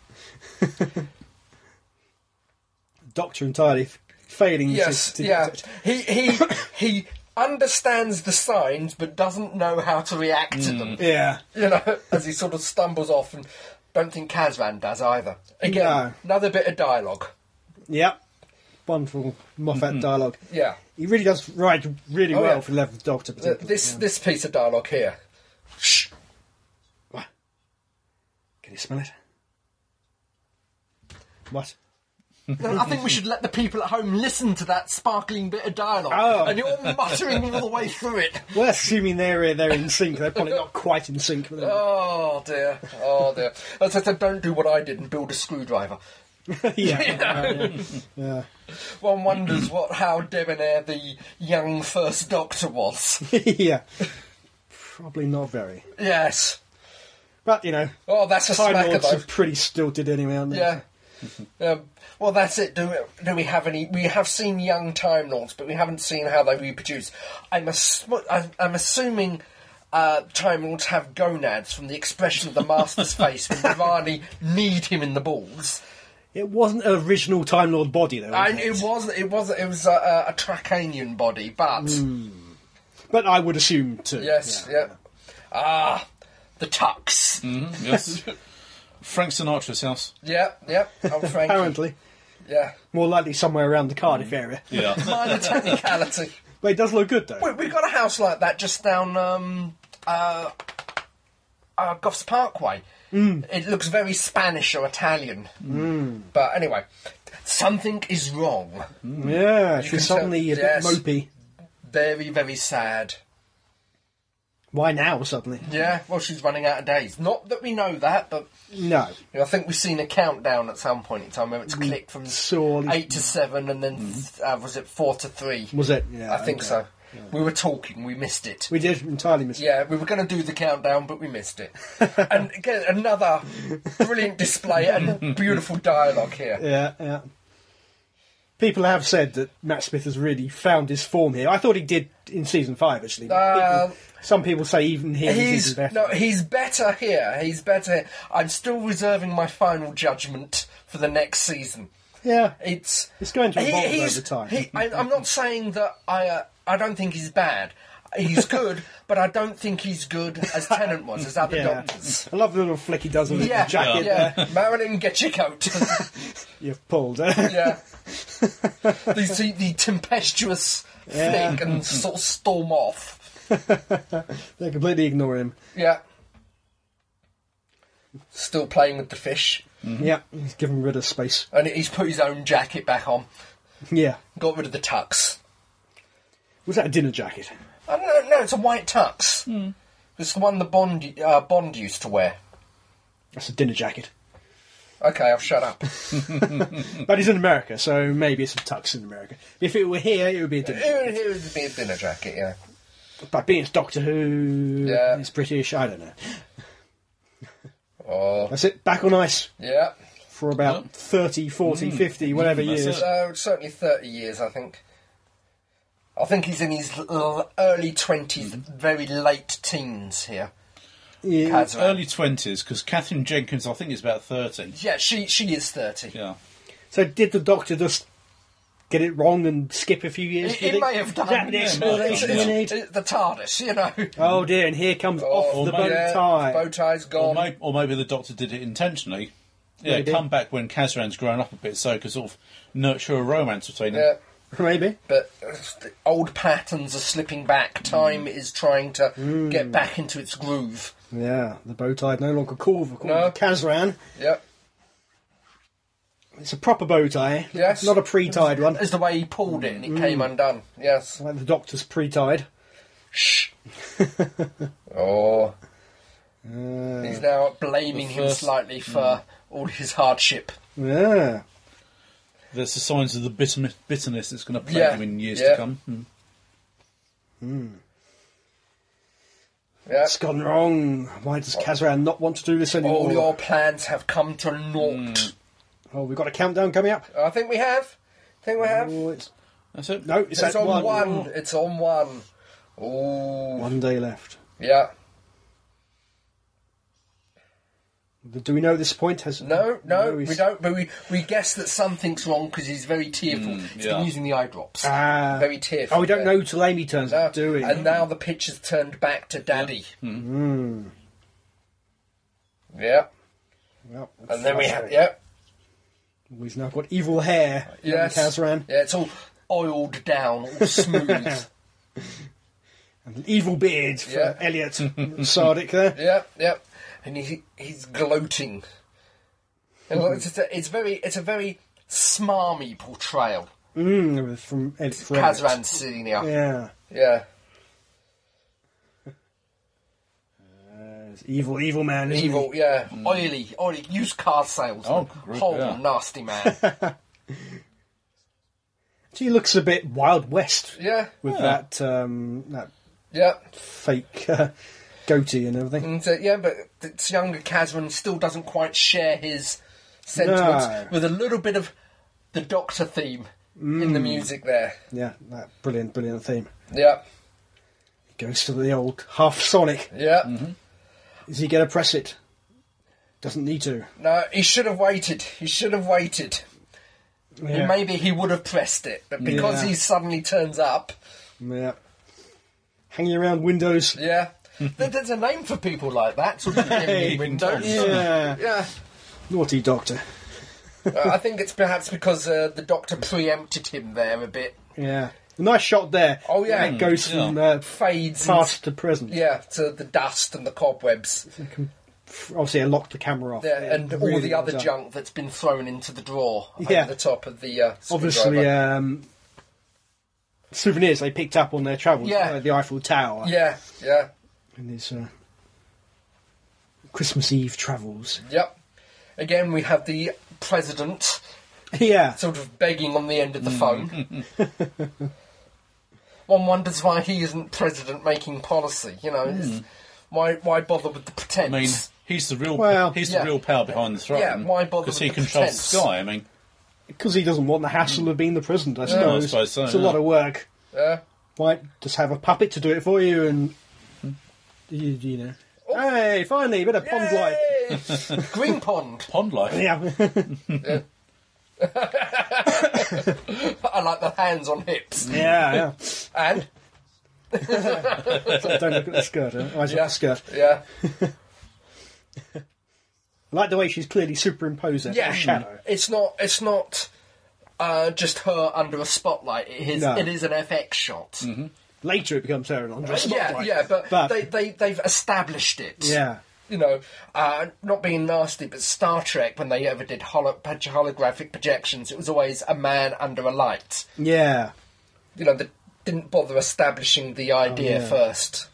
B: Doctor entirely f- failing
C: Yes,
B: to, to
C: yeah. He he he understands the signs but doesn't know how to react to them.
B: Yeah.
C: You know, as he sort of stumbles off and don't think Kazran does either. Again,
B: No.
C: another bit of dialogue.
B: Yep. Wonderful Moffat dialogue.
C: Yeah.
B: He really does write really
C: Mm-hmm. Oh,
B: well
C: yeah.
B: for Eleventh Doctor.
C: Th-
B: particularly.
C: this this piece of dialogue here. Shh.
B: Can you smell it? What?
C: No, I think we should let the people at home listen to that sparkling bit of dialogue.
B: Oh.
C: And you're muttering all the way through it.
B: Well, assuming they're uh, they're in sync, they're probably not quite in sync. But they're-
C: Oh dear. Oh dear. As I said, don't do what I did and build a screwdriver.
B: yeah. yeah.
C: One wonders what how debonair the young first Doctor was.
B: yeah. Probably not very.
C: Yes.
B: But, you know,
C: Oh, that's a
B: Time
C: smacker
B: Lords
C: though.
B: are pretty stilted anyway, aren't they?
C: Yeah. Um, well, that's it. Do we, do we have any? We have seen young Time Lords, but we haven't seen how they reproduce. I'm ass- I'm I'm assuming uh, Time Lords have gonads from the expression of the Master's face when Ravani kneed him in the balls.
B: It wasn't an original Time Lord body, though. was
C: And it was it was it was a, a, a Tracanian body, but
B: But I would assume too.
C: yes,
B: Mm. Yeah.
C: yeah. Ah, the Tux.
A: Mhm, yes. Frank Sinatra's house.
C: Yeah, yeah. Oh, Frankie.
B: Apparently.
C: Yeah.
B: More likely somewhere around the Cardiff area.
A: Yeah.
C: Minor technicality.
B: But it does look good, though.
C: We, we've got a house like that just down um, uh, uh, Goffs Parkway.
B: Mm.
C: It looks very Spanish or Italian. But anyway, something is wrong.
B: yeah,
C: can
B: she's suddenly a
C: tell- yes.
B: bit mopey.
C: Very, very sad.
B: Why now, suddenly?
C: Yeah, well, she's running out of days. Not that we know that, but
B: No.
C: you know, I think we've seen a countdown at some point in time where
B: Mm.
C: it's clicked from
B: Surely.
C: eight to seven, and then th- uh, was it four to three?
B: Was it? Yeah.
C: I think
B: Mm. okay.
C: so. We were talking, we missed it.
B: We did entirely miss
C: Yeah, we were going to do the countdown, but we missed it. and again, another brilliant display and beautiful dialogue here.
B: Yeah, yeah. People have said that Matt Smith has really found his form here. I thought he did in season five, actually.
C: Uh,
B: People- some people say even here he's,
C: He's
B: better.
C: no, he's better here. He's better. Here. I'm still reserving my final judgment for the next season.
B: yeah,
C: It's
B: It's going to evolve
C: he's-
B: over time.
C: He, I, I'm not saying that I uh, I don't think he's bad. He's good, but I don't think he's good as Tennant was as other
B: yeah.
C: doctors.
B: I love the little flick he does on the
C: Yeah,
B: jacket.
C: yeah.
B: there.
C: Marilyn, get your coat.
B: You've pulled.
C: Yeah. the, the, the tempestuous
B: Yeah.
C: flick and sort of storm off.
B: they completely ignore him.
C: Yeah. Still playing with the fish.
B: Yeah, he's given rid of space.
C: And he's put his own jacket back on.
B: Yeah.
C: Got rid of the tux.
B: Was that a dinner jacket?
C: I don't know, no, it's a white tux. It's the one the Bond, uh, Bond used to wear.
B: That's a dinner jacket.
C: Okay, I'll shut up.
B: But he's in America, so maybe it's a tux in America. If it were here, it would be a dinner jacket.
C: here, here would be a dinner jacket, yeah.
B: But being it's Doctor Who,
C: Yeah.
B: it's British, I don't know.
C: Oh,
B: That's it. Back on ice.
C: yeah.
B: for about
A: Yep.
B: 30,
C: Mm.
B: 40, 50, whatever
A: that's
B: years.
A: it.
C: So, certainly 30 years, I think. I think he's in his l- early 20s,
A: Hmm.
C: very late teens here.
B: Yeah.
C: Kaz Van.
A: Early 20s, because Catherine Jenkins, I think, is about 30.
C: Yeah, she she is thirty.
A: Yeah.
B: So did the doctor just get it wrong and skip a few years?
C: It,
B: with
C: it may have done.
B: Is that the
A: yeah,
B: explanation
A: yeah.
B: you
C: It's-
B: need?
C: it's the TARDIS, you know.
B: Oh dear, and here comes off the
A: my-
B: bow
A: yeah,
B: tie.
C: Bow tie's
A: Or,
C: gone.
A: may- or maybe the doctor did it intentionally. Yeah,
B: Maybe.
A: come back when Kazran's grown up a bit so it could sort of nurture a romance between them.
C: yeah,
B: Maybe.
C: but uh, the old patterns are slipping
A: Hmm.
C: back. Time is trying to
B: Hmm.
C: get back into its groove.
B: Yeah, the bow tie no longer called for called
C: No.
B: Kazran.
C: Yep.
B: It's a proper bow tie.
C: Yes.
B: Not a pre-tied one.
C: Is the way he pulled it and
B: Hmm.
C: it came undone. Yes.
B: Like the doctor's pre-tied.
C: Shh. oh,
B: Uh,
C: he's now blaming
A: The
C: him
A: first-
C: slightly for all his hardship.
B: yeah.
A: There's the signs of the bitterness, bitterness that's going to plague
C: Yeah,
A: him in years
C: yeah.
A: to come. Mm.
C: Yeah.
B: It's gone wrong. Why does Kazran not want to do this anymore?
C: All your plans have come to naught.
B: Oh, we've got a countdown coming up.
C: I think we have. I think we have.
B: Oh, it's...
A: That's it.
B: No, it's,
C: It's,
B: at
C: on one. It's on one. Ooh.
B: One day left.
C: Yeah.
B: Do we know at this point? Has uh,
C: No, no,
B: he's-
C: we don't. But we, we guess that something's wrong because he's very tearful. He's
A: yeah.
C: been using the eye drops.
B: Ah.
C: very tearful.
B: Oh, we don't
C: yeah.
B: know till Amy turns
C: No.
B: up, do we?
C: And now the picture's turned back to Daddy. Yeah. Yeah.
B: Well,
C: And then we have.
B: frustrating.
C: Yeah.
B: We've now got evil hair.
C: Yes.
B: Kazran.
C: Yeah, it's all oiled down, all smooth.
B: And an evil beard for
C: Yeah.
B: Elliot Sardic there.
C: Yeah, yeah, and he he's gloating. And look, it's, a, it's very it's a very smarmy portrayal.
B: Mm, from Ed from Elliot.
C: Kazran Senior.
B: Yeah.
C: Yeah.
B: Uh, There's evil, evil man. isn't he?
C: Evil, yeah. Oily, oily. Used car salesman.
A: Hmm. Oh, good,
C: Horrible,
A: yeah.
C: nasty man.
B: She looks a bit Wild West
C: yeah,
B: with that um, that
C: yeah.
B: fake uh, goatee and everything.
C: And, uh, yeah, but it's younger Kazman still doesn't quite share his sentiments
B: No.
C: with a little bit of the Doctor theme in the music there.
B: Yeah, that brilliant, brilliant theme.
C: Yeah,
B: Goes for the old half sonic.
C: yeah.
A: Mm-hmm.
B: Is he going to press it? Doesn't need to.
C: No, he should have waited. He should have waited.
B: Yeah.
C: Maybe he would have pressed it, but because
B: Yeah.
C: he suddenly turns up,
B: yeah. Hanging around windows.
C: yeah. There- There's a name for people like that. Sort of
B: Hey,
C: in windows.
B: Yeah.
C: Yeah.
B: Naughty doctor.
C: Uh, I think it's perhaps because uh, the doctor preempted him there a bit.
B: Yeah. Nice shot there.
C: Oh, yeah.
B: It goes
A: Yeah.
B: from uh,
C: Fades and-
B: past to present.
C: yeah, to the dust and the cobwebs
B: Obviously, I locked the camera off.
C: yeah, and all
B: really
C: the
B: well
C: other
B: done.
C: junk that's been thrown into the drawer
B: Yeah.
C: over the top of the uh,
B: Obviously,
C: screwdriver.
B: um, souvenirs they picked up on their travels.
C: Yeah.
B: uh, the Eiffel Tower.
C: yeah, yeah,
B: And his uh, Christmas Eve travels.
C: yep. Again, we have the president
B: yeah.
C: sort of begging on the
B: Hmm.
C: end of the phone. One wonders why he isn't president making policy. You know,
B: Hmm.
C: it's- why why bother with the
A: I mean,
C: pretense?
A: he's the real
B: Well-
A: he's
C: Yeah.
A: the real power behind the throne.
C: Yeah, why bother
A: Because
C: with
A: he
C: the
A: controls
C: pretense?
A: the sky. I mean,
B: Because he doesn't want the hassle of being the president, I
A: I
B: suppose.
A: suppose so,
B: it's a
A: yeah.
B: lot of work.
C: uh,
B: Why just have a puppet to do it for you and. You, you know.
C: Oh.
B: Hey, finally, a bit of pond life.
C: Yay! Green pond.
A: pond life.
B: Yeah.
C: I like the hands on hips.
B: yeah, yeah.
C: And
B: Don't look at the skirt. Huh? Eyes
C: Yeah.
B: the skirt.
C: yeah,
B: I like the way she's clearly superimposing
C: yeah.
B: a shadow.
C: It's not. It's not. Uh, just her under a spotlight. It is.
B: No.
C: It is an FX shot.
B: Later it becomes her and under a
C: Uh, Yeah,
B: spotlight.
C: yeah. But,
B: But-
C: they they they've established it.
B: Yeah.
C: You know, uh, not being nasty, but Star Trek when they ever did holo- holographic projections, it was always a man under a light.
B: Yeah.
C: You know, that didn't bother establishing the idea
B: Oh, yeah.
C: first.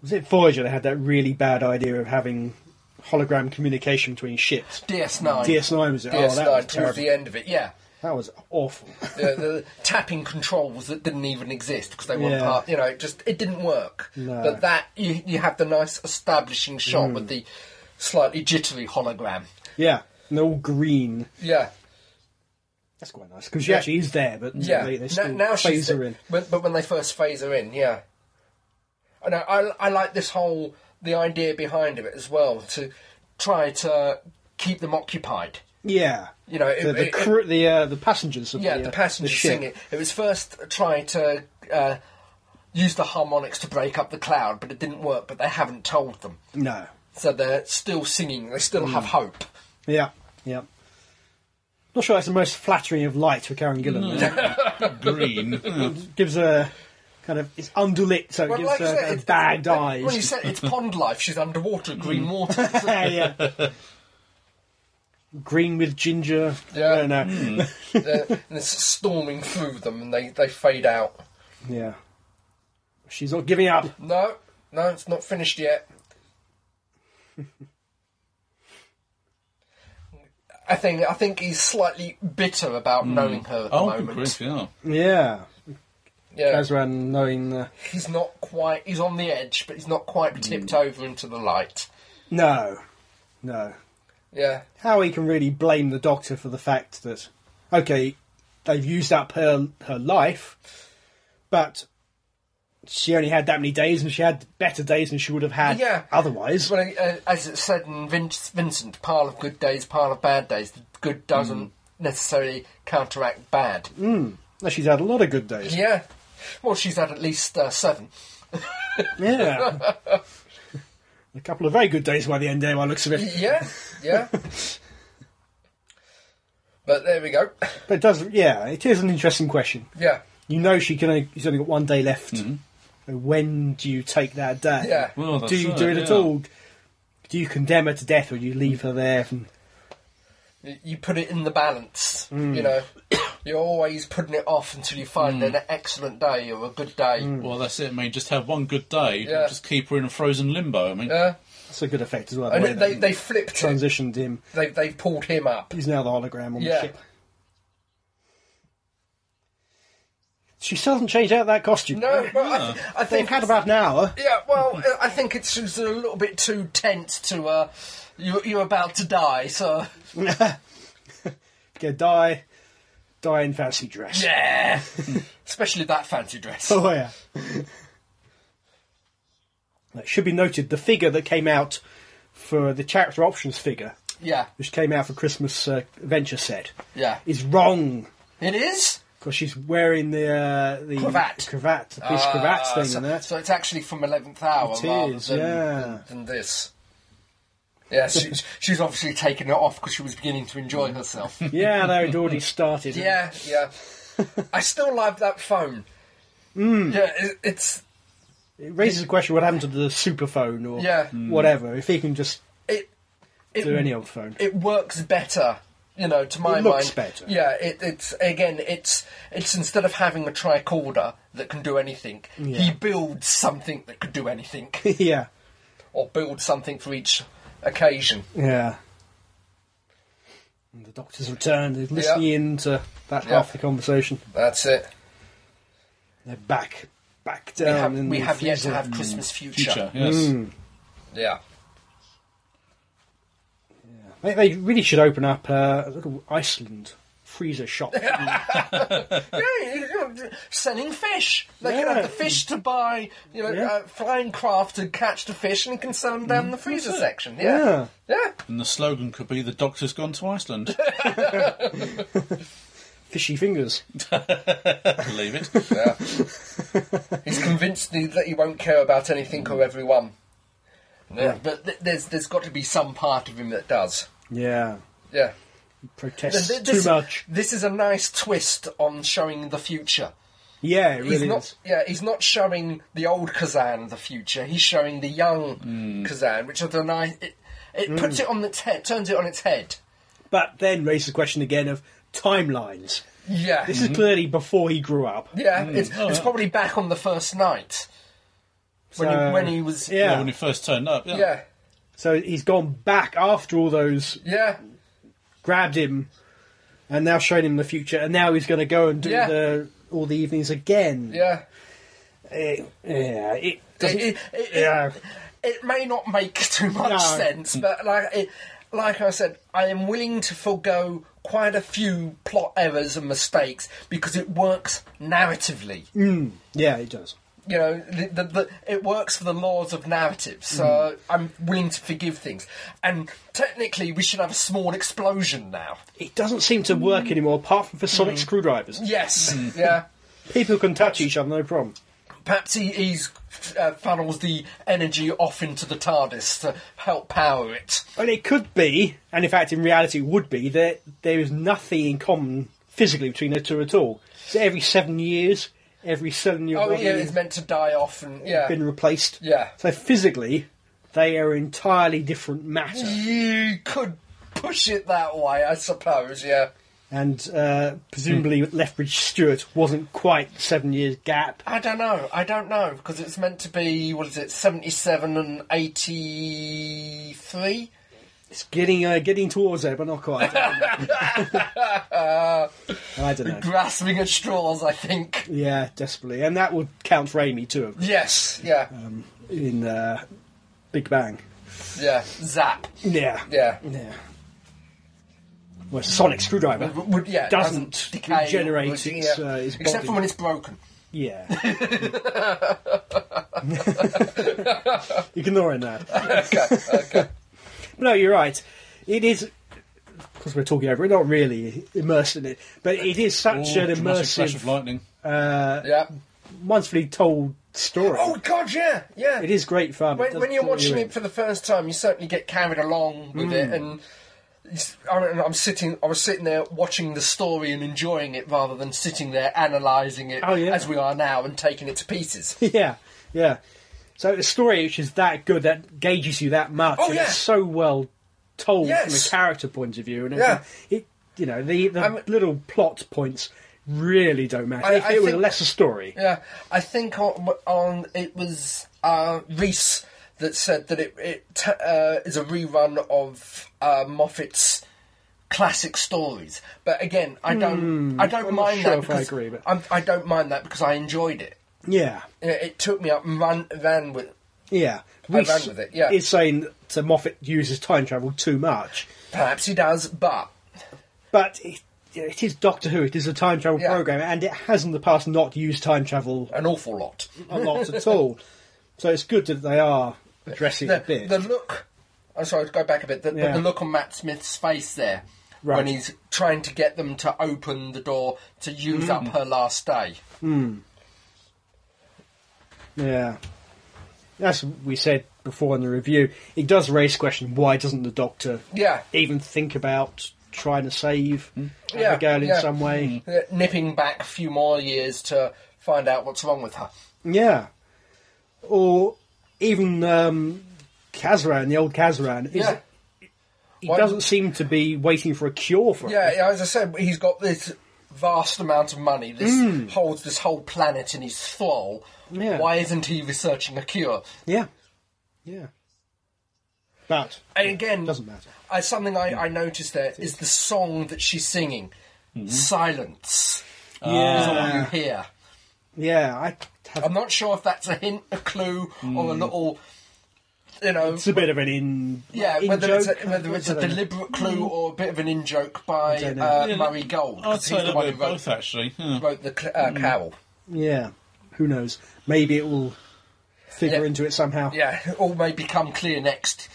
B: Was it Voyager that had that really bad idea of having hologram communication between ships?
C: DS9.
B: DS9 was it? oh, that was
C: DS9 towards
B: terrible.
C: the end of it. Yeah.
B: That was awful.
C: the, the tapping controls that didn't even exist because they were
B: Yeah.
C: part. You know, it just it didn't work.
B: No. Mm.
C: But that you you have the nice establishing shot with the slightly jittery hologram.
B: yeah. And they're all green.
C: Yeah,
B: That's quite nice because she
C: Yeah.
B: actually is there, but
C: yeah.
B: they, they
C: N-
B: still
C: now
B: phase
C: she's
B: her in.
C: But, but when they first phase her in, yeah. And I, I I like this whole the idea behind it as well to try to keep them occupied.
B: Yeah.
C: You know, it-
B: the the,
C: it-
B: crew, the, uh, the passengers of
C: Yeah,
B: the, uh,
C: the passengers
B: ship.
C: sing it. It was first trying to uh, use the harmonics to break up the cloud, but it didn't work. But they haven't told them,
B: No.
C: so they're still singing. They
B: Hmm.
C: still have hope.
B: Yeah. Yeah. Not sure that's the most flattering of light for Karen Gillan. is it?
C: Hmm.
A: Green. Yeah.
B: gives a kind of it's underlit, so it gives
C: I
B: her kind
C: said, it's-
B: of bagged
C: when- When you
B: eyes. Hmm.
C: said it's pond life, she's underwater, green water.
B: yeah, yeah. Green with ginger.
C: Yeah.
B: I don't know.
C: They're- and it's storming through them, and they, they fade out.
B: Yeah. She's not giving up.
C: No, no, it's not finished yet. I think I think he's slightly bitter about knowing her at the
A: Oh, good
C: moment.
A: grief, yeah.
B: Yeah.
C: Yeah.
B: Kazran knowing uh,
C: he's not quite he's on the edge but he's not
A: Hmm.
C: quite tipped over into the light
B: no, no.
C: yeah
B: How he can really blame the doctor for the fact that okay, they've used up her her life, but she only had that many days, and she had better days than she would have had
C: Yeah.
B: otherwise.
C: well uh, as it said in Vin- vincent pile of good days pile of bad days the good doesn't
A: Hmm.
C: necessarily counteract bad
B: Now she's had a lot of good days.
C: yeah well she's had at least uh, seven
B: Yeah. a couple of very good days by the end there, by the looks of it.
C: yeah yeah but there we go
B: But it does, yeah, it is an interesting question.
C: yeah
B: You know, she can only, she's only got one day left. So When do you take that day?
C: yeah
A: Mm-hmm. Well, that's
B: do you
A: it,
B: do it at
A: yeah.
B: all? Do you condemn her to death, or do you leave her there? And,
C: Y- you put it in the balance you know you're always putting it off until you find an excellent day or a good day
A: Mm. Well, that's it. I mean, just have one good day.
C: Yeah.
A: Just keep her in a frozen limbo. I mean,
C: Yeah.
B: It's a good effect as well. the
C: And
B: way
C: they,
B: that
C: they flipped him.
B: transitioned him.
C: They, they've pulled him up.
B: He's now the hologram on the
C: Yeah.
B: ship. She still hasn't changed out that costume.
C: No, well, I, th- I
B: They've
C: think
B: had about an hour.
C: Yeah, well, I think it's just a little bit too tense to. Uh, you, you're about to die, so
B: Go die, die in fancy dress.
C: yeah. Especially that fancy dress.
B: Oh yeah. it should be noted the figure that came out for the character options figure,
C: Yeah,
B: which came out for Christmas uh, Adventure set,
C: yeah.
B: is wrong
C: It is.
B: because she's wearing the uh, the
C: Cravat.
B: cravat, the fish cravat
C: Ah,
B: thing,
C: so,
B: and that.
C: so it's actually from Eleventh Hour
B: It
C: rather
B: is,
C: than,
B: yeah.
C: than, than this. Yeah, she, she's obviously taking it off because she was beginning to enjoy herself.
B: yeah, no, it already started.
C: yeah, yeah. I still love that phone.
B: Hmm.
C: Yeah, it, it's
B: It raises the question: what happened to the super phone or
C: Yeah. Mm.
B: whatever? If he can just
C: it. It,
B: do any old phone,
C: it works better. You know, to my
B: It looks
C: mind,
B: better.
C: yeah. It, it's again, it's it's instead of having a tricorder that can do anything, he builds something that could do anything,
B: yeah,
C: or build something for each occasion.
B: yeah. And the doctor's returned. He's listening in to that
C: Yeah.
B: half the conversation.
C: That's it.
B: They're back, back
C: We
B: down.
C: have,
B: in
C: we
B: the
C: have yet to
B: freezer.
C: have Christmas future.
A: Future, yes.
B: Hmm.
C: Yeah,
B: They, they really should open up uh, a little Iceland freezer shop.
C: yeah. you- you're Selling fish, they can
B: Yeah.
C: have the fish to buy. You know,
B: Yeah. Mm,
C: uh, flying craft to catch the fish, and can sell them down the freezer section. Yeah,
B: yeah,
C: yeah.
A: And the slogan could be "The Doctor's Gone to Iceland."
B: fishy fingers.
A: Believe it.
C: Yeah. He's convinced the- that he won't care about anything or everyone. Yeah, but th- there's there's got to be some part of him that does.
B: Yeah,
C: Yeah.
B: protests
C: Th-
B: too much.
C: This is a nice twist on showing the future.
B: Yeah, it
C: He's
B: really
C: not
B: is.
C: yeah, he's not showing the old Kazan the future. He's showing the young
B: Mm.
C: Kazan, which are the nice it, it puts it on its head, turns it on its head.
B: But then raises the question again of timelines.
C: Yeah.
B: This is clearly before he grew up.
C: yeah, it's,
A: Oh,
C: it's
A: yeah.
C: probably back on the first night. When he
B: So-
C: when he was
B: Yeah.
A: When he first turned up, yeah.
C: Yeah.
B: So he's gone back after all those
C: Yeah.
B: grabbed him, and now shown him the future, and now he's going to go and do
C: Yeah.
B: the all the evenings again.
C: yeah.
B: It- yeah, it doesn't.
C: It, it, it,
B: yeah,
C: it may not make too much
B: No.
C: sense, but like it, like I said, I am willing to forego quite a few plot errors and mistakes because it works narratively.
B: yeah, it does.
C: You know, the, the, the, it works for the laws of narrative, so I'm willing to forgive things. And technically, we should have a small explosion now.
B: It doesn't seem to
C: Mm.
B: work anymore, apart from for sonic screwdrivers.
C: Yes, Mm. yeah.
B: People can touch each other, no problem.
C: Perhaps he he's, uh, funnels the energy off into the TARDIS to help power it.
B: And it could be, and in fact, in reality, it would be that there is nothing in common physically between the two at all. So every seven years, every seven year
C: Oh,
B: body
C: yeah, it's meant to die off, and yeah.
B: been replaced.
C: Yeah.
B: So physically, they are entirely different matter.
C: You could push it that way, I suppose, yeah.
B: And uh, presumably, Lethbridge Stewart wasn't quite seven years gap.
C: I don't know, I don't know, because it's meant to be, what is it, 77 and 83?
B: It's getting uh, getting towards there, but not quite. I don't know.
C: Grasping at straws, I think.
B: Yeah, desperately, and that would count Raimi too
C: Yes, yeah,
B: Um, in uh, Big Bang.
C: yeah, zap,
B: Yeah.
C: yeah.
B: Yeah. Well, sonic screwdriver.
C: Would- would- yeah,
B: Doesn't
C: decay or-
B: regenerate
C: would-
B: its, uh, its
C: Except
B: body.
C: for when it's broken.
B: Yeah. Ignoring that. okay, no, you're right. It is. Because we're talking over it, not really immersed in it, but it is such
A: Or
B: an
A: Oh, dramatic flash of
B: immersive,
A: lightning.
B: Uh,
C: yeah.
B: wonderfully told story.
C: Oh, God, yeah, yeah.
B: It is great fun. It
C: when,
B: does
C: when you're
B: draw you
C: watching
B: in. Mm.
C: it for the first time, you certainly get carried along with it, and it's- I mean, I'm sitting, I was sitting there watching the story and enjoying it rather than sitting there analysing it
B: Oh, yeah.
C: as we are now and taking it to pieces.
B: yeah, yeah. So a story which is that good that engages you that much,
C: Oh,
B: and
C: yeah.
B: it's so well told
C: Yes.
B: from a character point of view, and
C: Yeah.
B: it, it you know the, the
C: I'm-
B: little plot points really don't matter.
C: I-
B: if
C: I
B: it was a
C: think-
B: lesser story,
C: Yeah, I think on, on it was uh, Reese that said that it, it t- uh, is a rerun of uh, Moffat's classic stories. But again, I don't I don't
B: Hmm. I'm not
C: mind
B: sure
C: that
B: if I
C: because
B: agree, but-
C: I'm, I don't mind that because I enjoyed it.
B: Yeah,
C: It, it took me up and ran, ran with.
B: yeah.
C: ran
B: Reese
C: with it, yeah.
B: is saying that Moffat uses time travel too much,
C: Perhaps he does, but
B: but it, it is Doctor Who. It is a time travel
C: Yeah.
B: program, and it has in the past not used time travel
C: an awful lot.
B: a lot at all. So it's good that they are addressing it a
C: the,
B: bit.
C: the look. I'm sorry to go back a bit. The, but
B: Yeah.
C: the look on Matt Smith's face there
B: Right.
C: when he's trying to get them to open the door to use
B: Mm.
C: up her last day.
B: Yeah. As we said before in the review, it does raise the question why doesn't the Doctor
C: Yeah.
B: even think about trying to save
C: Yeah,
B: the girl in
C: yeah.
B: some way?
C: Uh, Nipping back a few more years to find out what's wrong with her.
B: Yeah. Or even um, Kazran, the old Kazran, is,
C: Yeah.
B: he
C: Why-
B: doesn't seem to be waiting for a cure for it.
C: Yeah, yeah, as I said, he's got this vast amount of money. This holds this whole planet in his thrall.
B: Mm. Yeah.
C: Why isn't he researching a cure?
B: Yeah. Yeah. But
C: And again,
B: doesn't Mm. matter.
C: Uh, something I, I noticed there is the song that she's singing.
B: Mm.
C: Silence is all you
B: Yeah.
C: hear.
B: yeah, I have,
C: I'm not sure if that's a hint, a clue, or a little, you know,
B: it's a bit of an in
C: yeah,
B: in
C: whether it's a,
B: joke.
C: whether it's a
B: I don't know.
C: deliberate clue or a bit of an in joke by
B: don't know.
C: uh,
A: Yeah,
C: Murray Gold
A: I'd
C: because
A: say a
C: he's
A: little
C: the one
A: bit
C: who
A: of
C: wrote,
A: both, actually. Hmm. Yeah.
C: wrote the cl- uh, cowl.
B: Yeah, who knows? Maybe it will figure
C: Yeah.
B: into it somehow.
C: Yeah, all may become clear next,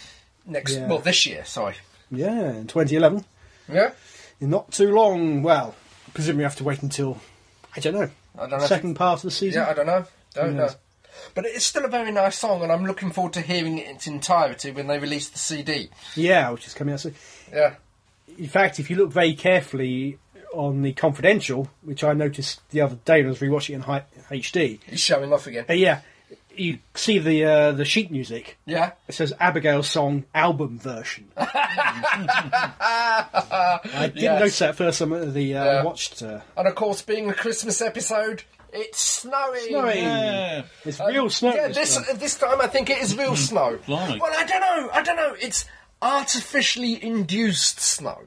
C: next
B: Yeah.
C: well this year. Sorry.
B: Yeah, in 2011.
C: Yeah.
B: In not too long. Well, presumably we have to wait until, I don't know,
C: I don't know.
B: second part of the season.
C: Yeah, I don't know. Don't know.
B: knows?
C: But it's still a very nice song, and I'm looking forward to hearing it in its entirety when they release the CD.
B: Yeah, which is coming out soon.
C: Yeah.
B: In fact, if you look very carefully on the Confidential, which I noticed the other day when I was rewatching it in hi- HD,
C: He's showing off again.
B: uh, yeah, you see the uh, the sheet music.
C: Yeah.
B: It says Abigail song album version. I didn't
C: Yes.
B: notice that first time uh, the uh,
C: Yeah.
B: I watched. Uh,
C: And of course, being a Christmas episode, it's snowing.
B: Snowing.
A: Yeah.
B: It's real snow.
C: Uh, Yeah,
B: this
C: this
B: time.
C: this time I think it is real snow.
A: Blimey.
C: Well, I don't know. I don't know. It's artificially induced snow.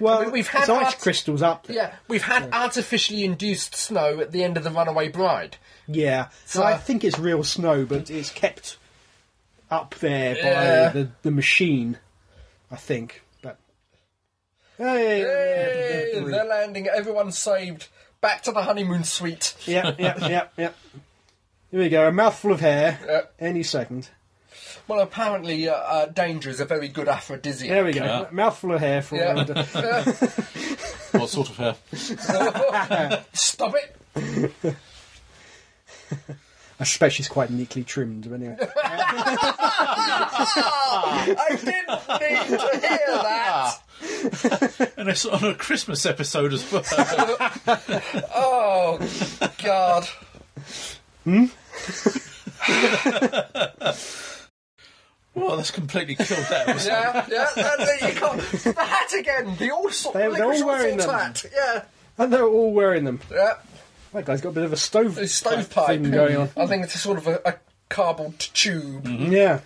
B: well,
C: we- we've had
B: it's ice
C: lots-
B: crystals up. there.
C: Yeah, we've had artificially induced snow at the end of the Runaway Bride.
B: yeah. So
C: So-
B: I think it's real snow, but it's kept up there by
C: Yeah.
B: the, the machine. I think, but hey,
C: Hey, they're landing. Everyone's saved. Back to the honeymoon suite.
B: yeah, yeah, yeah, yeah. Here we go. A mouthful of hair.
C: Yeah.
B: Any second.
C: Well, apparently, uh, uh, danger is a very good aphrodisiac.
B: There we go.
A: Yeah.
B: Mouthful of hair for.
C: Yeah. Uh,
A: What sort of hair?
C: Stop it!
B: I suspect she's quite neatly trimmed, but anyway.
C: I didn't need to hear that.
A: And it's on a Christmas episode as well.
C: Oh God!
A: well, that's completely killed that episode.
C: Yeah, yeah. That, that, you can't. The hat again. The all sort.
B: They- they're all
C: licorice
B: wearing
C: sort
B: them.
C: Hat. Yeah,
B: and they're all wearing them.
C: yeah.
B: That guy's got a bit of a stove
C: The stovepipe Mm-hmm.
B: thing going on. Mm-hmm.
C: I think it's a sort of a, a cardboard tube.
B: Yeah.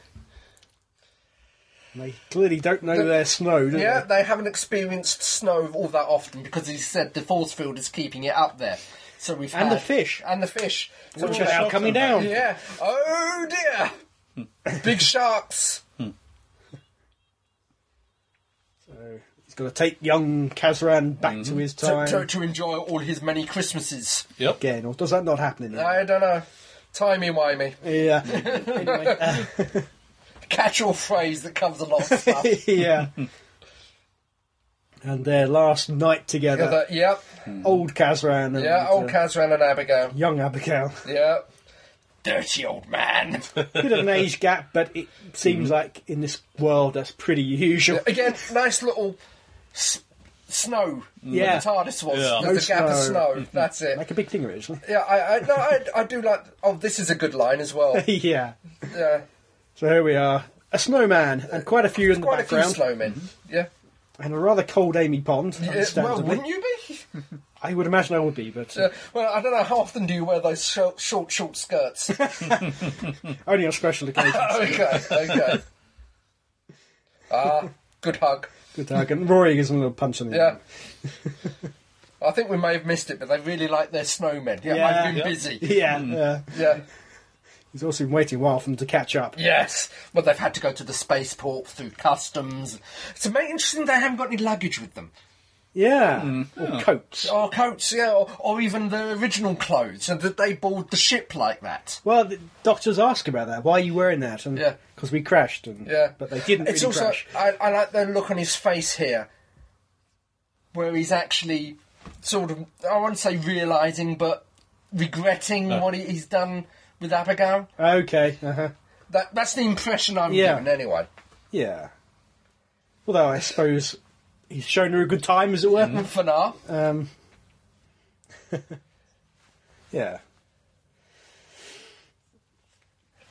B: They clearly don't know they're snow, do
C: Yeah,
B: they?
C: they haven't experienced snow all that often because he said the force field is keeping it up there. So we've
B: And
C: had,
B: the fish.
C: and the fish. So
B: Watch
C: we've
A: out.
C: had-
B: out
A: sharks
B: coming
A: are back.
B: down.
C: Yeah. Oh dear. Big sharks.
B: He's got to take young Kazran back to his
C: to,
B: time
C: to, to enjoy all his many Christmases.
A: Yep.
B: again, or does that not happen in there?
C: I don't know. Timey wimey.
B: Yeah. anyway, uh,
C: Catch all phrase that covers a lot of stuff.
B: yeah. and their last night
C: Yeah,
B: together,
C: that- uh, yep.
B: old Kazran and
C: Yeah, old
B: uh,
C: Kazran and Abigail.
B: young Abigail.
C: Yeah. Dirty old man.
B: Bit of an age gap, but it seems
C: Mm-hmm.
B: like in this world that's pretty usual.
C: Again, nice little s- snow.
B: Yeah.
C: The TARDIS was.
A: Yeah.
C: There's
B: No
C: a gap of
B: snow.
C: snow. That's it.
B: Like a big thing originally.
C: Yeah, I, I, no, I, I do like. Oh, this is a good line as well.
B: yeah.
C: Yeah,
B: So here we are. A snowman and quite a few in the
C: quite a few
B: background. Mm-hmm.
C: snowmen. Yeah,
B: and a rather cold Amy Pond,
C: Yeah, well,
B: understandably.
C: wouldn't you be?
B: I would imagine I would be, but
C: Uh, well, I don't know how often do you wear those short, short, short skirts.
B: only on special occasions.
C: okay, okay. Ah, good hug.
B: Good hug. And Rory gives him a little punch in the
C: Yeah. I think we may have missed it, but they really like their snowmen. Yeah,
B: Yeah.
C: I've been
B: Yeah.
C: busy. Hmm.
B: Yeah, yeah.
C: Yeah.
B: He's also been waiting a while for them to catch up.
C: Hmm. Yes, but they've had to go to the spaceport through customs. It's ama- interesting they haven't got any luggage with them,
B: Yeah.
C: Hmm. Oh.
B: Or coats.
C: or coats, yeah, or, or even their original clothes, and that they board the ship like that.
B: Well, the doctors ask about that. Why are you wearing that? And
C: Yeah.
B: because we crashed. And
C: Yeah,
B: but they didn't
C: It's
B: really
C: also
B: crash.
C: I, I like the look on his face here, where he's actually sort of I won't say realizing, but regretting what he, he's done with Abigail.
B: Okay. Uh-huh.
C: That that's the impression I'm
B: Yeah.
C: given anyway.
B: Yeah. Although I suppose he's shown her a good time, as it were.
C: For now,
B: Um, yeah.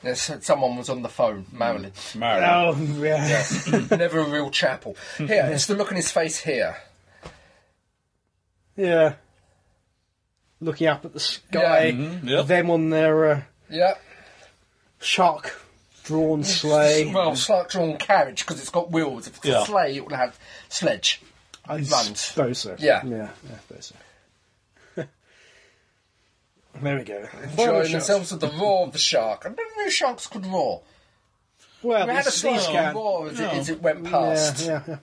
C: yes, someone was on the phone, Marilyn.
A: Marilyn.
B: Oh, yeah. Mm.
C: Never a real chapel. Here, it's the look on his face here.
B: Yeah. Looking up at the sky,
C: Yeah. mm-hmm.
A: Yep.
B: them on their uh,
C: Yeah.
B: shark drawn sleigh.
C: Well, slight drawn carriage because it's got wheels. If it's
A: Yeah.
C: a sleigh, it would have sledge.
B: I
C: runs.
B: suppose so.
C: Yeah.
B: Yeah, I suppose so. there we go. Well,
C: Enjoying themselves with the roar of the shark. I never knew sharks could roar.
B: Well,
C: We had a
B: these
C: slight
B: these can.
C: roar as,
A: No.
C: it, as it went
B: Yeah,
C: past.
B: yeah, yeah.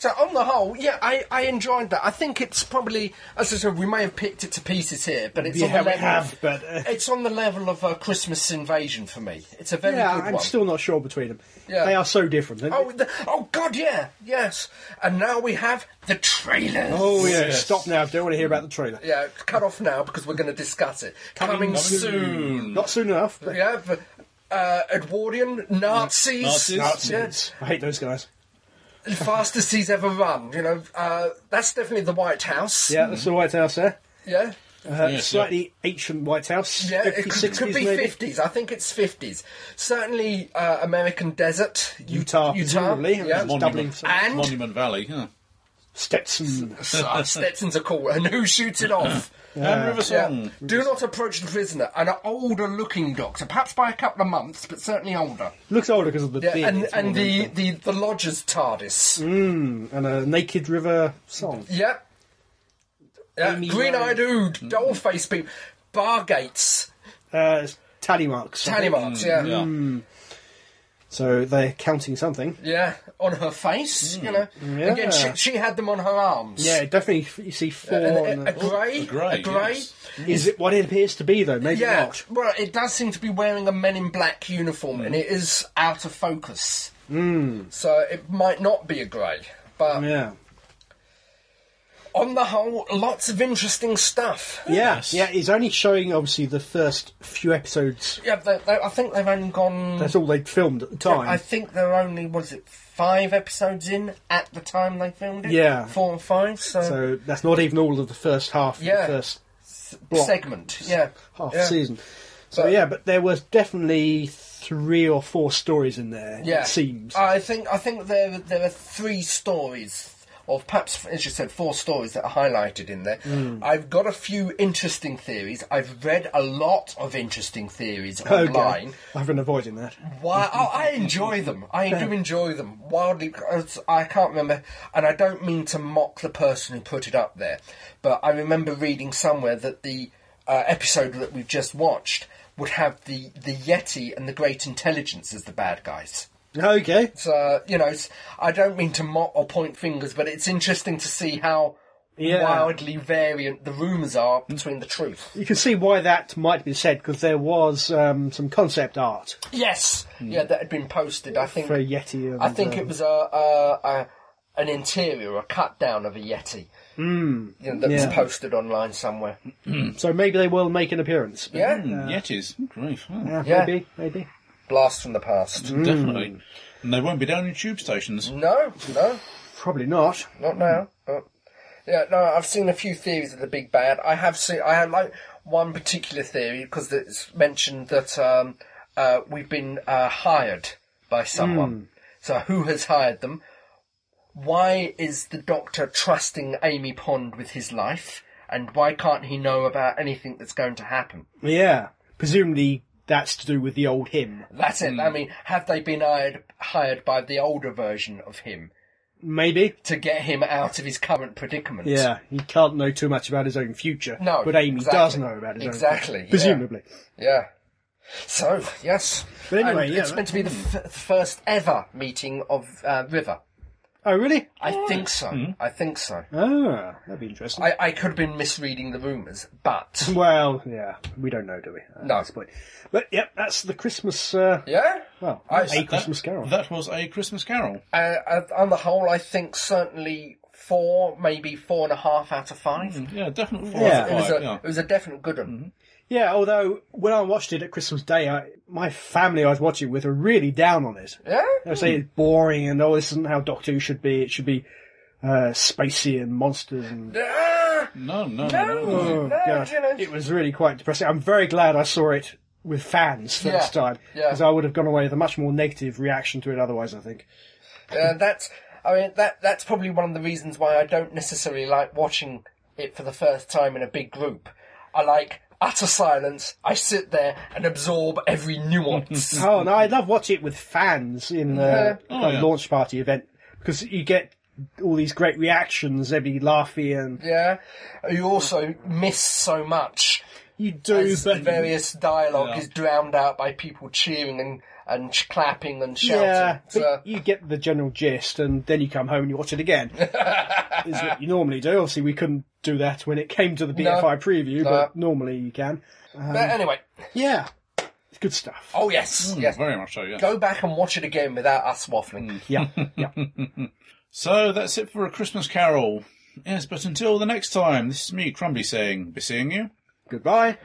C: So on the whole, yeah, I, I enjoyed that. I think it's probably, as I said, we may have picked it to pieces here, but it's on
B: Yeah,
C: the
B: we
C: level.
B: have, but uh,
C: It's on the level of uh, Christmas Invasion for me. It's a very
B: yeah,
C: good
B: I'm
C: one.
B: still not sure between them.
C: Yeah.
B: They are so different. aren't
C: Oh,
B: they?
C: the, oh God, yeah, yes. And now we have the trailers.
B: oh yeah.
A: yes.
B: Stop now. I don't want to hear about the trailer.
C: Yeah, cut off now because we're going to discuss it. Coming, soon.
B: Not soon enough. But
C: Yeah, but, uh, Edwardian Nazis.
A: Nazis.
B: Nazis.
C: Yeah,
B: I hate those guys.
C: the fastest he's ever run. You know, uh, that's definitely the White House.
B: Yeah, that's the White House there.
C: yeah.
B: Uh,
A: Yes,
B: slightly ancient White House.
C: Yeah,
B: 50s,
C: it could, could
B: 60s
C: be
B: maybe.
C: fifties. I think it's fifties. Certainly, uh, American desert,
B: Utah,
C: Utah,
B: presumably.
C: yeah.
B: It's doubling.
A: Monument,
C: And-
A: Monument Valley, yeah.
B: Stetson.
C: So, Stetson's a call, and who shoots it off?
A: and River
C: Yeah.
A: Song.
C: Do not approach the prisoner, an older looking doctor, perhaps by a couple of months, but certainly older.
B: Looks older because of the
C: Yeah,
B: beard.
C: and
B: it's
C: and
B: more
C: the,
B: than-
C: the, the lodger's TARDIS.
B: and a Naked River song.
C: Yeah. yeah.
B: Amy
C: Green eyed ood, doll faced people, bar gates,
B: Uh, it's tally marks.
C: tally marks, yeah.
A: Yeah.
B: So they're counting something.
C: Yeah, on her face, you know.
B: Yeah.
C: Again, she, she had them on her arms.
B: Yeah, definitely. f- You see four.
C: And
B: Uh,
C: uh,
B: and
C: a, a grey,
A: a grey,
C: a grey.
A: yes.
B: is it what it appears to be though? Maybe
C: Yeah,
B: not.
C: well, it does seem to be wearing a Men in Black uniform, and it is out of focus. Mm. So it might not be a grey, but
B: Hmm. Yeah.
C: on the whole, lots of interesting stuff.
B: Yeah,
A: Yes.
B: yeah. It's only showing obvly the first few episodes.
C: Yeah, they, they, I think they've only gone.
B: That's all they'd filmed at the time.
C: I think they're only was it five episodes in at the time they filmed it.
B: Yeah.
C: four or five. So,
B: so that's not even all of the first half. Of
C: Yeah.
B: the first block.
C: segment. Yeah,
B: half
C: yeah.
B: season. So
C: But-
B: yeah, but there was definitely three or four stories in there.
C: Yeah,
B: it seems.
C: I think I think there there are three stories, or perhaps as you said, four stories that are highlighted in there.
B: Hmm.
C: I've got a few interesting theories. I've read a lot of interesting theories online.
B: I've been avoiding that.
C: Why? Oh, I enjoy them. I do enjoy them wildly. Because I can't remember, and I don't mean to mock the person who put it up there, but I remember reading somewhere that the uh, episode that we've just watched would have the the Yeti and the Great Intelligence as the bad guys.
B: Okay.
C: So uh, you know, it's, I don't mean to mock or point fingers, but it's interesting to see how
B: Yeah.
C: wildly variant the rumours are between the truth.
B: You can see why that might be said because there was um, some concept art
C: Yes, yeah, that had been posted. I think
B: for a Yeti. And,
C: I think it was a, a, a an interior, a cut down of a Yeti. Mm, you know, that was
B: Hmm. yeah. Hmm.
C: posted online somewhere.
B: was. um, So maybe they will make an appearance.
C: Yeah,
A: Yetis. Oh, Great. Oh,
B: Hmm. Yeah,
C: Yeah.
B: Maybe, maybe.
C: blast from the past.
B: Hmm.
A: Definitely. And they won't be down in tube stations.
C: No, no,
B: Probably not.
C: not now. But yeah, no, I've seen a few theories of the big bad. I have seen, I have like one particular theory because it's mentioned that um, uh, we've been uh, hired by someone. So who has hired them? why is the doctor trusting Amy Pond with his life? And why can't he know about anything that's going to happen?
B: Yeah. Presumably that's to do with the old him.
C: That's it. I mean, have they been hired, hired by the older version of him
B: Maybe.
C: to get him out of his current predicament?
B: Yeah. He can't know too much about his own future.
C: No,
B: But Amy
C: exactly.
B: does know about his
C: Exactly,
B: own
C: yeah.
B: future. Presumably.
C: Yeah. So, yes.
B: But anyway,
C: And
B: yeah,
C: It's
B: that-
C: meant to be the f- first ever meeting of uh, River.
B: Oh, really?
C: I think so.
A: Mm-hmm.
C: I think so.
B: Ah, that'd be interesting.
C: I, I could have been misreading the rumours, but.
B: Well, yeah, we don't know, do we? At
C: No.
B: this point. But yep, that's the Christmas. Uh,
C: Yeah?
B: Well,
C: I-
B: a Christmas Carol.
A: That was a Christmas Carol.
C: Uh, uh, on the whole, I think certainly four, maybe four and a half out of five.
A: Yeah, definitely four
B: Yeah.
A: out
C: It,
A: of
C: was
A: Mm-hmm. five.
C: a,
A: yeah.
C: it was a definite good one.
B: yeah, although when I watched it at Christmas Day, I, my family I was watching with were really down on it.
A: Mm-hmm.
C: Yeah?
B: They were saying it's boring and oh, this isn't how Doctor Who should be. It should be uh, spacey and monsters and.
C: Ah,
A: No, no, no.
C: no,
A: no.
B: Oh,
C: no,
B: God.
C: you know.
B: It was really quite depressing. I'm very glad I saw it with fans
C: Yeah,
B: first time
C: yeah.
B: because I would have gone away with a much more negative reaction to it otherwise. I think.
C: Uh, that's, I mean, that that's probably one of the reasons why I don't necessarily like watching it for the first time in a big group. I like utter silence. I sit there and absorb every nuance.
B: Oh no, I love watching it with fans in the
A: Oh,
B: kind of
A: yeah.
B: launch party event because you get all these great reactions. They'd be laughy and
C: yeah, you also miss so much.
B: you do,
C: as
B: but
C: various dialogue
A: Yeah.
C: is drowned out by people cheering and and ch- clapping and shouting.
B: yeah,
C: So-
B: but you get the general gist, and then you come home and you watch it again. is what you normally do. Obviously, we couldn't do that when it came to the BFI preview, but normally you can.
C: but anyway,
B: Yeah, it's good stuff.
C: oh yes, yes.
A: Very much so, yeah.
C: Go back and watch it again without us waffling.
B: Yeah, yeah.
A: So that's it for a Christmas Carol. Yes, but until the next time, this is me, Crumbly, saying, be seeing you.
B: Goodbye.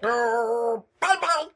C: Bye bye.